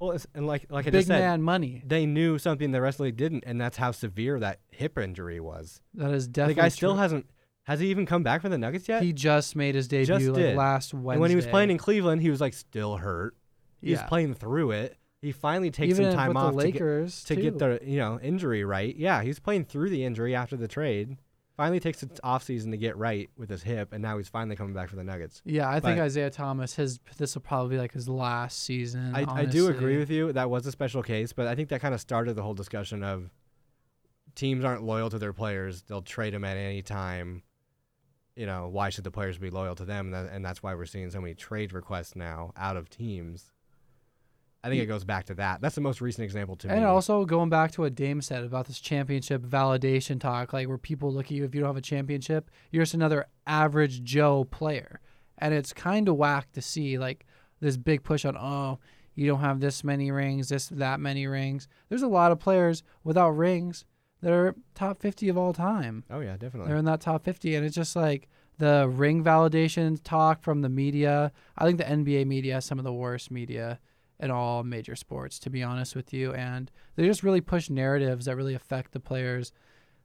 Speaker 2: Well, it's, and like like I
Speaker 4: big
Speaker 2: just said,
Speaker 4: man money?
Speaker 2: they knew something the rest of the league didn't, and that's how severe that hip injury was.
Speaker 4: That is definitely
Speaker 2: the guy still
Speaker 4: true.
Speaker 2: hasn't has he even come back for the Nuggets yet?
Speaker 4: he just made his debut
Speaker 2: just
Speaker 4: like
Speaker 2: did.
Speaker 4: last Wednesday.
Speaker 2: and when he was playing in Cleveland, he was like still hurt. He was
Speaker 4: Yeah.
Speaker 2: playing through it. He finally takes
Speaker 4: even
Speaker 2: some time
Speaker 4: with
Speaker 2: off
Speaker 4: the
Speaker 2: to get-
Speaker 4: Lakers
Speaker 2: to get
Speaker 4: too.
Speaker 2: the you know injury right. Yeah, he was playing through the injury after the trade. Finally takes the off season to get right with his hip, and now he's finally coming back for the Nuggets.
Speaker 4: Yeah, I think
Speaker 2: But-
Speaker 4: Isaiah Thomas his this will probably be like his last season.
Speaker 2: I, I do agree
Speaker 4: honestly.
Speaker 2: with you. That was a special case, but I think that kind of started the whole discussion of teams aren't loyal to their players. They'll trade them at any time. You know, why should the players be loyal to them? And, that, and that's why we're seeing so many trade requests now out of teams. I think it goes back to that. That's the most recent example to me.
Speaker 4: And also going back to what Dame said about this championship validation talk, like where people look at you if you don't have a championship, you're just another average Joe player. And it's kind of whack to see like this big push on oh, you don't have this many rings, this that many rings. There's a lot of players without rings that are top 50 of all time.
Speaker 2: oh yeah, definitely.
Speaker 4: They're in that top 50. And it's just like the ring validation talk from the media. I think the NBA media is some of the worst media in all major sports, to be honest with you. And they just really push narratives that really affect the players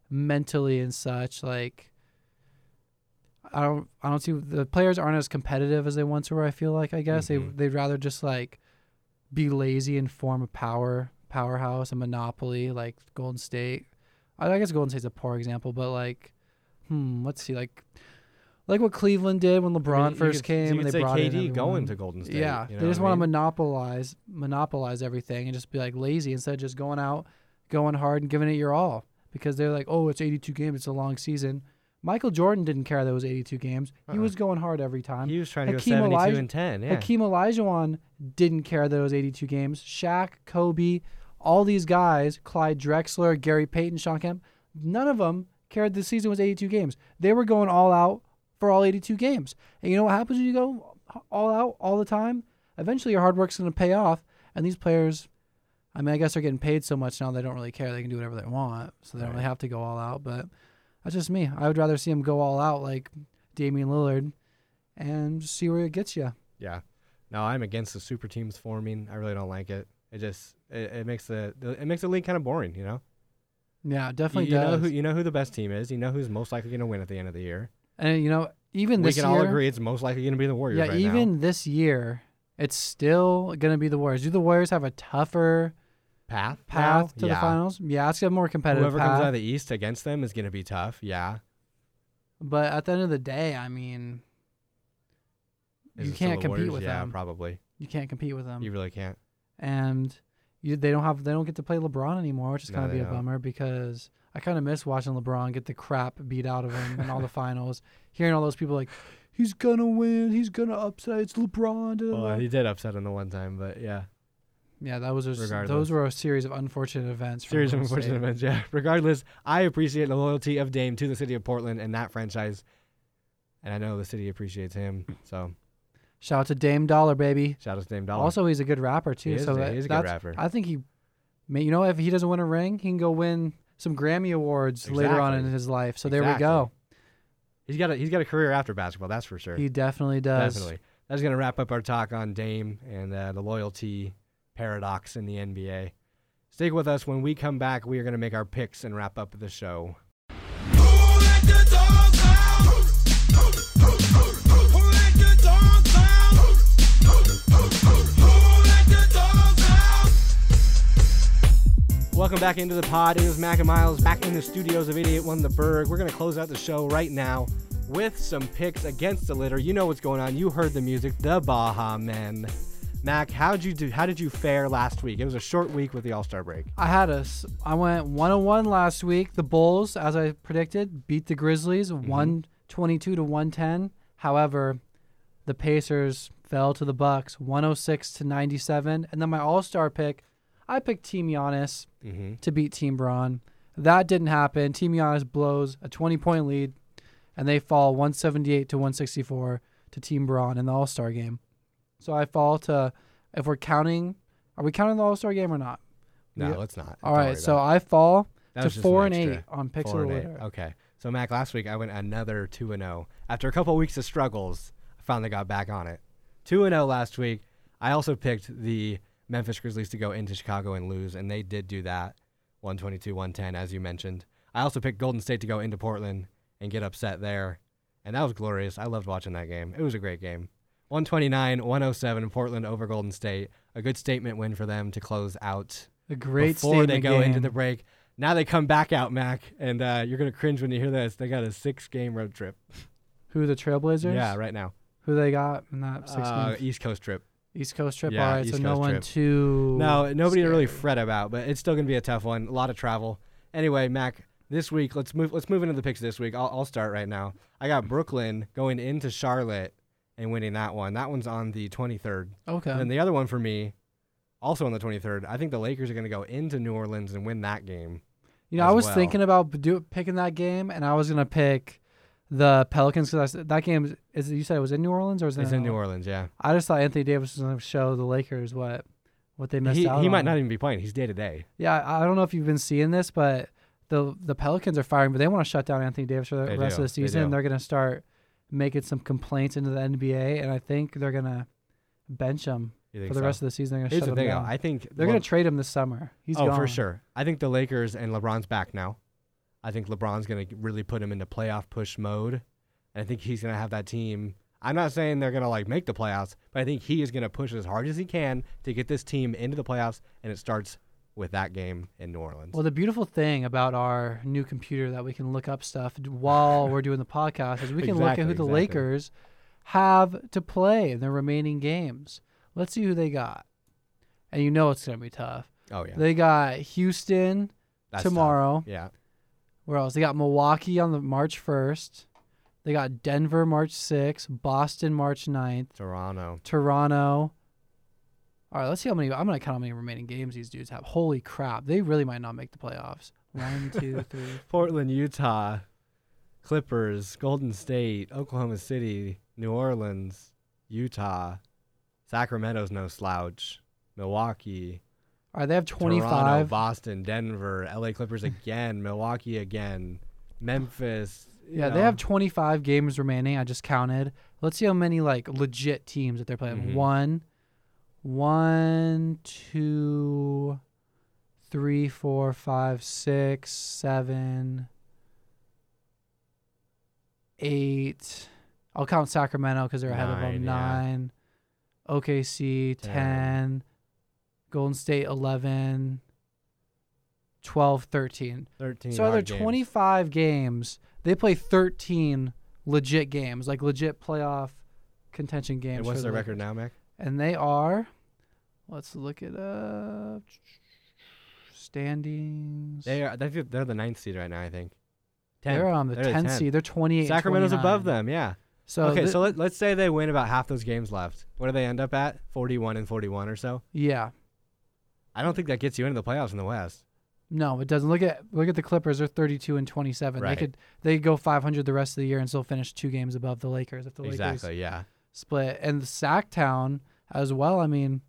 Speaker 4: mentally and such. Like, I don't, I don't see the players aren't as competitive as they once were. I feel like, I guess
Speaker 2: Mhm.
Speaker 4: they, they'd rather just like be lazy and form a power powerhouse, a monopoly like Golden State. I, I guess Golden State's a poor example, but like, hmm, let's see, like, like what Cleveland did when LeBron
Speaker 2: you
Speaker 4: first
Speaker 2: could-
Speaker 4: came
Speaker 2: you
Speaker 4: and
Speaker 2: could
Speaker 4: they
Speaker 2: say
Speaker 4: brought
Speaker 2: KD
Speaker 4: in
Speaker 2: going
Speaker 4: everyone.
Speaker 2: to Golden State.
Speaker 4: Yeah,
Speaker 2: you know
Speaker 4: they just
Speaker 2: what I
Speaker 4: want to
Speaker 2: mean?
Speaker 4: monopolize monopolize everything and just be like lazy instead of just going out, going hard and giving it your all because they're like, oh, it's 82 games, it's a long season. Michael Jordan didn't care that it was 82 games. He
Speaker 2: Uh-uh.
Speaker 4: was going hard every time.
Speaker 2: He was trying to
Speaker 4: Hakeem
Speaker 2: go seventy-two
Speaker 4: Elijah-
Speaker 2: and ten. Yeah,
Speaker 4: Hakeem Olajuwon didn't care that it was 82 games. Shaq, Kobe, all these guys, Clyde Drexler, Gary Payton, Sean Kemp, none of them cared the season was 82 games. They were going all out for all 82 games. And you know what happens when you go all out all the time? Eventually your hard work's going to pay off. And these players, I mean, I guess they're getting paid so much now they don't really care. They can do whatever they want. So they don't really have to go all out. But that's just me. I would rather see them go all out like Damian Lillard and just see where it gets you.
Speaker 2: Yeah. No, I'm against the super teams forming. I really don't like it. It just it, it makes the the- it makes the league kind of boring. You know.
Speaker 4: Yeah, it
Speaker 2: You,
Speaker 4: definitely
Speaker 2: you know
Speaker 4: does.
Speaker 2: who you know who the best team is. You know who's most likely going to win at the end of the year.
Speaker 4: and you know, even
Speaker 2: we
Speaker 4: this
Speaker 2: can
Speaker 4: year,
Speaker 2: all agree it's most likely going to be the Warriors.
Speaker 4: yeah,
Speaker 2: right now.
Speaker 4: even this year, it's still gonna be the Warriors. Do the Warriors have a tougher
Speaker 2: path now?
Speaker 4: path to
Speaker 2: yeah.
Speaker 4: the finals? Yeah, it's a more competitive
Speaker 2: Whoever
Speaker 4: path.
Speaker 2: comes out of the East against them is going to be tough. Yeah.
Speaker 4: but at the end of the day, I mean,
Speaker 2: Is
Speaker 4: you
Speaker 2: it still
Speaker 4: can't
Speaker 2: the
Speaker 4: compete
Speaker 2: Warriors?
Speaker 4: with
Speaker 2: yeah,
Speaker 4: them. Um,
Speaker 2: probably.
Speaker 4: You can't compete with them,
Speaker 2: You really can't.
Speaker 4: and you, they don't have they don't get to play LeBron anymore, which is
Speaker 2: No,
Speaker 4: gonna
Speaker 2: they
Speaker 4: be a
Speaker 2: don't.
Speaker 4: bummer because I kind of miss watching LeBron get the crap beat out of him in all the finals. Hearing all those people like, he's gonna win, he's gonna upset, it's LeBron. da, da, da."
Speaker 2: Well, he did upset him the one time, but yeah.
Speaker 4: Yeah, that was just, those
Speaker 2: Regardless.
Speaker 4: were a series of unfortunate events. from
Speaker 2: Series of
Speaker 4: Golden
Speaker 2: unfortunate
Speaker 4: State.
Speaker 2: events. Yeah. Regardless, I appreciate the loyalty of Dame to the city of Portland and that franchise, and I know the city appreciates him. So
Speaker 4: Shout out to Dame Dollar, baby.
Speaker 2: shout out to Dame Dollar.
Speaker 4: Also, he's a good rapper too.
Speaker 2: He is-
Speaker 4: so
Speaker 2: he
Speaker 4: that-
Speaker 2: is a good
Speaker 4: that's-
Speaker 2: rapper.
Speaker 4: I think he, may, you know, if he doesn't win a ring, he can go win some Grammy awards later on in
Speaker 2: Exactly.
Speaker 4: his life. So there
Speaker 2: Exactly.
Speaker 4: we go.
Speaker 2: he's got a he's got a career after basketball. That's for sure.
Speaker 4: He definitely does.
Speaker 2: Definitely. That's going to wrap up our talk on Dame and uh, the loyalty paradox in the NBA. Stick with us. When we come back, we are going to make our picks and wrap up the show. Welcome back into the pod. It is Mac and Miles back in the studios of 881 The Berg. We're going to close out the show right now with some picks against the litter. You know what's going on. You heard the music, the Baja Men. Mac, how'd you do? How did you fare last week? It was a short week with the All Star break.
Speaker 4: I had us. I went 101 last week. The Bulls, as I predicted, beat the Grizzlies 122 to 110. However, the Pacers fell to the Bucks 106 to 97. And then my All Star pick, I picked Team Giannis to beat Team Braun. That didn't happen. Team Giannis blows a 20 point lead, and they fall 178 to 164 to Team Braun in the All Star game. So I fall to, if we're counting, are we counting the All Star game or not?
Speaker 2: No,
Speaker 4: Yeah.
Speaker 2: it's not.
Speaker 4: All
Speaker 2: Don't
Speaker 4: right,
Speaker 2: worry
Speaker 4: so
Speaker 2: about it.
Speaker 4: I fall
Speaker 2: That
Speaker 4: to
Speaker 2: was just
Speaker 4: four
Speaker 2: an
Speaker 4: and eight
Speaker 2: extra.
Speaker 4: on picks
Speaker 2: Four
Speaker 4: or
Speaker 2: and eight. Uh,
Speaker 4: later.
Speaker 2: Okay. So Mac, last week I went another two and zero. After a couple weeks of struggles, I finally got back on it. Two and zero last week. I also picked the Memphis Grizzlies to go into Chicago and lose, and they did do that, 122-110, as you mentioned. I also picked Golden State to go into Portland and get upset there, and that was glorious. I loved watching that game. It was a great game. 129-107, Portland over Golden State. A good statement win for them to close out
Speaker 4: A great
Speaker 2: before they
Speaker 4: statement
Speaker 2: go into
Speaker 4: game.
Speaker 2: the break. Now they come back out, Mac, and uh, you're gonna cringe when you hear this. They got a six-game road trip.
Speaker 4: who the Trailblazers?
Speaker 2: Yeah, right now.
Speaker 4: Who they got in that six
Speaker 2: Uh,
Speaker 4: game
Speaker 2: East Coast trip.
Speaker 4: East Coast trip?
Speaker 2: yeah,
Speaker 4: All right,
Speaker 2: East
Speaker 4: so no
Speaker 2: Coast
Speaker 4: one
Speaker 2: trip.
Speaker 4: too.
Speaker 2: No, nobody to really
Speaker 4: scary.
Speaker 2: fret about, but it's still gonna be a tough one. A lot of travel. Anyway, Mac, this week let's move. Let's move into the picks this week. I'll, I'll start right now. I got Brooklyn going into Charlotte and winning that one. That one's on the 23rd.
Speaker 4: Okay.
Speaker 2: And then the other one for me, also on the 23rd. I think the Lakers are gonna go into New Orleans and win that game.
Speaker 4: you know, I
Speaker 2: as
Speaker 4: was
Speaker 2: well.
Speaker 4: thinking about do, picking that game, and I was gonna pick the Pelicans because that game is- is. You said it was in New Orleans or was it
Speaker 2: It's in New Orleans, yeah.
Speaker 4: I just thought Anthony Davis was gonna show the Lakers what what they missed
Speaker 2: He,
Speaker 4: out.
Speaker 2: he
Speaker 4: on.
Speaker 2: might not even be playing. He's day to day.
Speaker 4: Yeah, I I don't know if you've been seeing this, but the the Pelicans are firing, but they want to shut down Anthony Davis for the
Speaker 2: They
Speaker 4: rest
Speaker 2: do.
Speaker 4: of the
Speaker 2: They
Speaker 4: season.
Speaker 2: do.
Speaker 4: and they're going to start making some complaints into the NBA, and I think they're going to bench him
Speaker 2: You
Speaker 4: for the rest of the season. They're going to
Speaker 2: Here's
Speaker 4: shut
Speaker 2: the
Speaker 4: him
Speaker 2: thing, though.
Speaker 4: down.
Speaker 2: I think
Speaker 4: they're
Speaker 2: Le-
Speaker 4: going to trade him this summer. He's
Speaker 2: oh,
Speaker 4: gone.
Speaker 2: for sure. I think the Lakers and LeBron's back now. I think LeBron's going to really put him into playoff push mode, and I think he's going to have that team. I'm not saying they're going to like make the playoffs, but I think he is going to push as hard as he can to get this team into the playoffs, and it starts with that game in New Orleans.
Speaker 4: Well, the beautiful thing about our new computer that we can look up stuff d- while we're doing the podcast is we can look at
Speaker 2: Exactly,
Speaker 4: who the
Speaker 2: exactly.
Speaker 4: Lakers have to play in their remaining games. Let's see who they got. And you know it's going to be tough.
Speaker 2: oh yeah,
Speaker 4: They got Houston
Speaker 2: That's tough.
Speaker 4: tomorrow.
Speaker 2: Yeah,
Speaker 4: Where else? They got Milwaukee on the March 1st. They got Denver March 6th, Boston March 9th,
Speaker 2: Toronto.
Speaker 4: Toronto. All right, let's see how many. I'm going to count how many remaining games these dudes have. Holy crap. They really might not make the playoffs. One, two, three.
Speaker 2: Portland, Utah, Clippers, Golden State, Oklahoma City, New Orleans, Utah, Sacramento's no slouch, Milwaukee,
Speaker 4: All right, they have
Speaker 2: Toronto,
Speaker 4: 25.
Speaker 2: Boston, Denver, LA Clippers again, Milwaukee again, Memphis. you
Speaker 4: yeah, they
Speaker 2: know.
Speaker 4: have 25 games remaining. I just counted. Let's see how many like legit teams that they're playing.
Speaker 2: Mhm.
Speaker 4: One, one, two, three, four, five, six, seven, eight. I'll count Sacramento because they're ahead of
Speaker 2: Nine,
Speaker 4: them.
Speaker 2: yeah.
Speaker 4: Nine. OKC
Speaker 2: Ten.
Speaker 4: 10. Golden State 11. 12, 13.
Speaker 2: 13.
Speaker 4: So are there
Speaker 2: hard games.
Speaker 4: 25 games? They play 13 legit games, like legit playoff contention games.
Speaker 2: And
Speaker 4: for
Speaker 2: what's
Speaker 4: the
Speaker 2: their record
Speaker 4: Lakers.
Speaker 2: now, Mac?
Speaker 4: And they are. Let's look it up. Standings.
Speaker 2: They are. They're, they're the ninth seed right now, I think.
Speaker 4: They're on the 10th seed. They're 28. and
Speaker 2: Sacramento's above
Speaker 4: 29.
Speaker 2: them. Yeah.
Speaker 4: So
Speaker 2: okay,
Speaker 4: thi-
Speaker 2: so let, let's say they win about half those games left. What do they end up at? 41 and 41 or so.
Speaker 4: yeah,
Speaker 2: I don't think that gets you into the playoffs in the West.
Speaker 4: no, it doesn't. Look at look at the Clippers. They're 32 and 27.
Speaker 2: Right.
Speaker 4: They could they could go 500 the rest of the year and still finish two games above the Lakers if the Lakers
Speaker 2: Exactly. Yeah.
Speaker 4: split and Sacktown as well. I mean,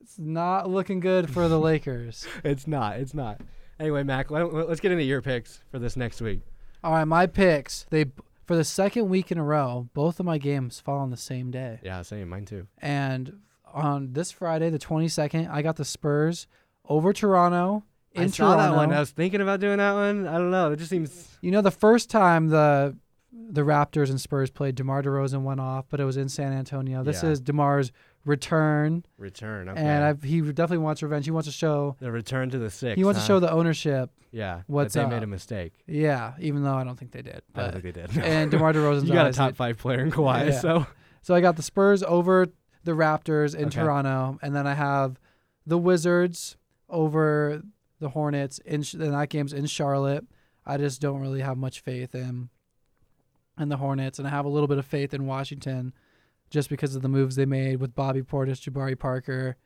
Speaker 4: it's not looking good for the Lakers.
Speaker 2: It's not. It's not. Anyway, Mac, let, us get into your picks for this next week.
Speaker 4: All right, my picks. They for the second week in a row, both of my games fall on the same day.
Speaker 2: Yeah, same. Mine too.
Speaker 4: And on this Friday, the 22nd, I got the Spurs over Toronto in
Speaker 2: I saw
Speaker 4: Toronto.
Speaker 2: that one. I was thinking about doing that one. I don't know. It just seems.
Speaker 4: You know, the first time the the Raptors and Spurs played, DeMar DeRozan went off, but it was in San Antonio. This
Speaker 2: Yeah.
Speaker 4: is DeMar's return,
Speaker 2: Return. Okay.
Speaker 4: and I've, he definitely wants revenge. He wants to show
Speaker 2: the return to the six.
Speaker 4: he wants
Speaker 2: huh?
Speaker 4: to show the ownership.
Speaker 2: Yeah.
Speaker 4: what's uh,
Speaker 2: that they
Speaker 4: up.
Speaker 2: made a mistake.
Speaker 4: Yeah, even though I don't think they did.
Speaker 2: I don't
Speaker 4: But,
Speaker 2: think they did.
Speaker 4: uh, and DeMar DeRozan's
Speaker 2: you got a
Speaker 4: obviously-
Speaker 2: top five player in Kawhi,
Speaker 4: Yeah.
Speaker 2: so
Speaker 4: So I got the Spurs over the Raptors in
Speaker 2: Okay.
Speaker 4: Toronto, and then I have the Wizards over the Hornets. In Sh- and that game's in Charlotte. I just don't really have much faith in in the Hornets, and I have a little bit of faith in Washington, just because of the moves they made with Bobby Portis, Jabari Parker.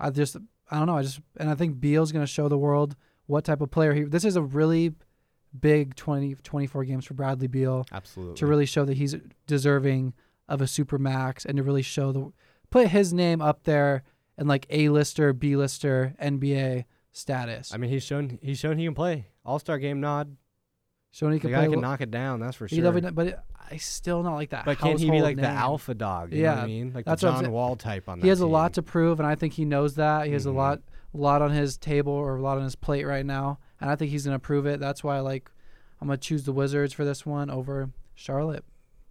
Speaker 4: I just I don't know. I just and I think Beal's going to show the world what type of player he. This is a really big 20, 24 games for Bradley Beal
Speaker 2: absolutely.
Speaker 4: to really show that he's deserving of a super max and to really show the put his name up there and like A lister, B lister, NBA status.
Speaker 2: I mean, he's shown he's shown he can play. All Star game nod.
Speaker 4: Showing he
Speaker 2: The
Speaker 4: can
Speaker 2: guy
Speaker 4: play.
Speaker 2: can
Speaker 4: well-
Speaker 2: knock it down. That's for
Speaker 4: he
Speaker 2: sure.
Speaker 4: definitely- but it, I still not like that.
Speaker 2: but can he be
Speaker 4: household
Speaker 2: like the
Speaker 4: name.
Speaker 2: alpha dog? You know what
Speaker 4: Yeah,
Speaker 2: I mean, like
Speaker 4: that's
Speaker 2: the
Speaker 4: what I'm
Speaker 2: John
Speaker 4: sa-
Speaker 2: Wall type on that.
Speaker 4: He has a
Speaker 2: team.
Speaker 4: lot to prove, and I think he knows that. He has
Speaker 2: Mhm.
Speaker 4: a lot, lot on his table or a lot on his plate right now, and I think he's gonna prove it. That's why I like I'm gonna choose the Wizards for this one over Charlotte.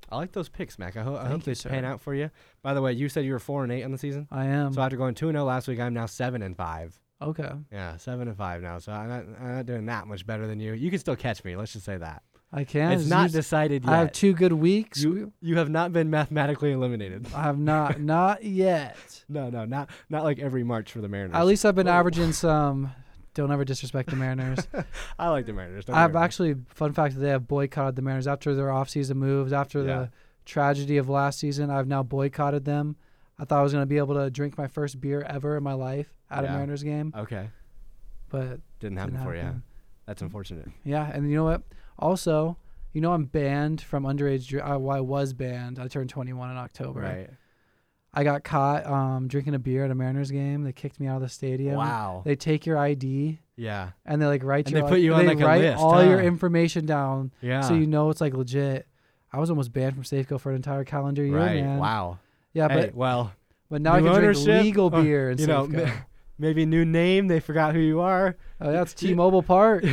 Speaker 2: I like those picks, Mac. I, ho- I
Speaker 4: Thank
Speaker 2: hope
Speaker 4: you,
Speaker 2: they
Speaker 4: sir. Um,
Speaker 2: pan out for you. By the way, you said you were four and eight on the season.
Speaker 4: I am
Speaker 2: So after going two and zero last week, I'm now seven and five.
Speaker 4: okay.
Speaker 2: Yeah, seven and five now. So I'm not, I'm not doing that much better than you. You can still catch me. Let's just say that
Speaker 4: I can.
Speaker 2: it's
Speaker 4: Just
Speaker 2: not
Speaker 4: use-
Speaker 2: decided yet.
Speaker 4: I have two good weeks.
Speaker 2: you you have not been mathematically eliminated.
Speaker 4: I have not, not yet.
Speaker 2: No, no, not not like every March for the Mariners.
Speaker 4: At least I've been
Speaker 2: Whoa.
Speaker 4: averaging some. Don't ever disrespect the Mariners.
Speaker 2: I like the Mariners. don't
Speaker 4: I've
Speaker 2: worry.
Speaker 4: actually, fun fact, today I've boycotted the Mariners after their offseason moves, after
Speaker 2: Yeah.
Speaker 4: the tragedy of last season. I've now boycotted them. I thought I was going to be able to drink my first beer ever in my life at a
Speaker 2: Yeah. Uh,
Speaker 4: Mariners game,
Speaker 2: okay.
Speaker 4: but
Speaker 2: Didn't happen
Speaker 4: Didn't
Speaker 2: for you.
Speaker 4: happen.
Speaker 2: That's unfortunate.
Speaker 4: yeah. And you know what? Also, you know I'm banned from underage. dr- Uh, well, I was banned. I turned 21 in October.
Speaker 2: Right.
Speaker 4: I got caught um, drinking a beer at a Mariners game. They kicked me out of the stadium.
Speaker 2: Wow.
Speaker 4: They take your ID.
Speaker 2: yeah.
Speaker 4: and they like write
Speaker 2: And
Speaker 4: your,
Speaker 2: they put you on, like, a
Speaker 4: write
Speaker 2: list,
Speaker 4: all your
Speaker 2: huh?
Speaker 4: information down
Speaker 2: Yeah.
Speaker 4: so you know it's like legit. I was almost banned from Safeco for an entire calendar year,
Speaker 2: right.
Speaker 4: man.
Speaker 2: Wow.
Speaker 4: Yeah,
Speaker 2: hey,
Speaker 4: but
Speaker 2: well,
Speaker 4: but now I
Speaker 2: new
Speaker 4: can drink
Speaker 2: ownership,
Speaker 4: legal
Speaker 2: uh,
Speaker 4: beer in
Speaker 2: you know,
Speaker 4: Safeco.
Speaker 2: ma- maybe new name. They forgot who you are.
Speaker 4: oh, that's
Speaker 2: you-
Speaker 4: T-Mobile Park.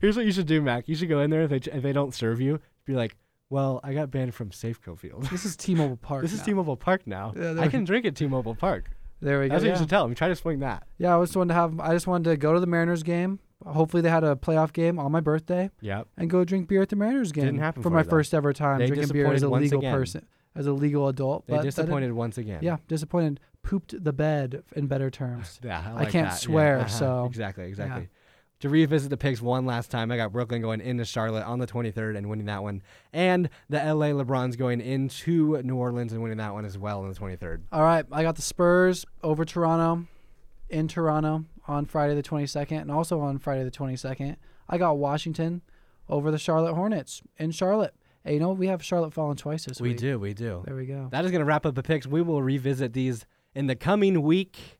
Speaker 2: Here's what you should do, Mac. You should go in there if they if they don't serve you, be like, "Well, I got banned from Safeco Field.
Speaker 4: This is T-Mobile Park.
Speaker 2: this is
Speaker 4: now.
Speaker 2: T-Mobile Park now.
Speaker 4: Yeah, there
Speaker 2: I
Speaker 4: we-
Speaker 2: can drink at T-Mobile Park."
Speaker 4: There we go.
Speaker 2: That's what you
Speaker 4: Yeah.
Speaker 2: should tell them. Try to swing that.
Speaker 4: yeah, I just wanted to have. I just wanted to go to the Mariners game. Hopefully, they had a playoff game on my birthday
Speaker 2: Yep.
Speaker 4: and go drink beer at the Mariners game.
Speaker 2: Didn't happen
Speaker 4: for
Speaker 2: for
Speaker 4: my
Speaker 2: you, though.
Speaker 4: first ever time
Speaker 2: They
Speaker 4: drinking beer as
Speaker 2: disappointed
Speaker 4: a
Speaker 2: once
Speaker 4: legal
Speaker 2: again.
Speaker 4: person, as a legal adult.
Speaker 2: They
Speaker 4: but that didn't-
Speaker 2: disappointed once again.
Speaker 4: Yeah, disappointed. Pooped the bed in better terms.
Speaker 2: Yeah, I,
Speaker 4: I
Speaker 2: like
Speaker 4: can't
Speaker 2: that. Yeah, Uh-huh.
Speaker 4: swear, so-
Speaker 2: exactly, exactly. To revisit the picks one last time, I got Brooklyn going into Charlotte on the 23rd and winning that one, and the LA LeBrons going into New Orleans and winning that one as well on the 23rd.
Speaker 4: All right, I got the Spurs over Toronto in Toronto on Friday the 22nd and also on Friday the 22nd. I got Washington over the Charlotte Hornets in Charlotte. Hey, you know what? we have Charlotte falling twice this
Speaker 2: we
Speaker 4: week.
Speaker 2: do, we do.
Speaker 4: There we go.
Speaker 2: That is going to wrap up the picks. We will revisit these in the coming week.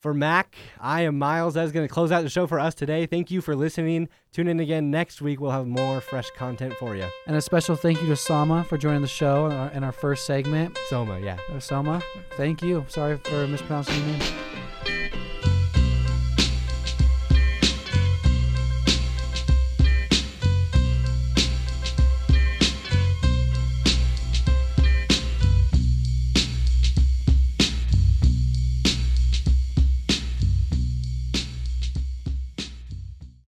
Speaker 2: For Mac, I am Miles. That is going to close out the show for us today. Thank you for listening. Tune in again next week. We'll have more fresh content for you.
Speaker 4: And a special thank you to Sama for joining the show in our, in our first segment.
Speaker 2: Soma, yeah.
Speaker 4: Uh, Sama, thank you. Sorry for mispronouncing your name.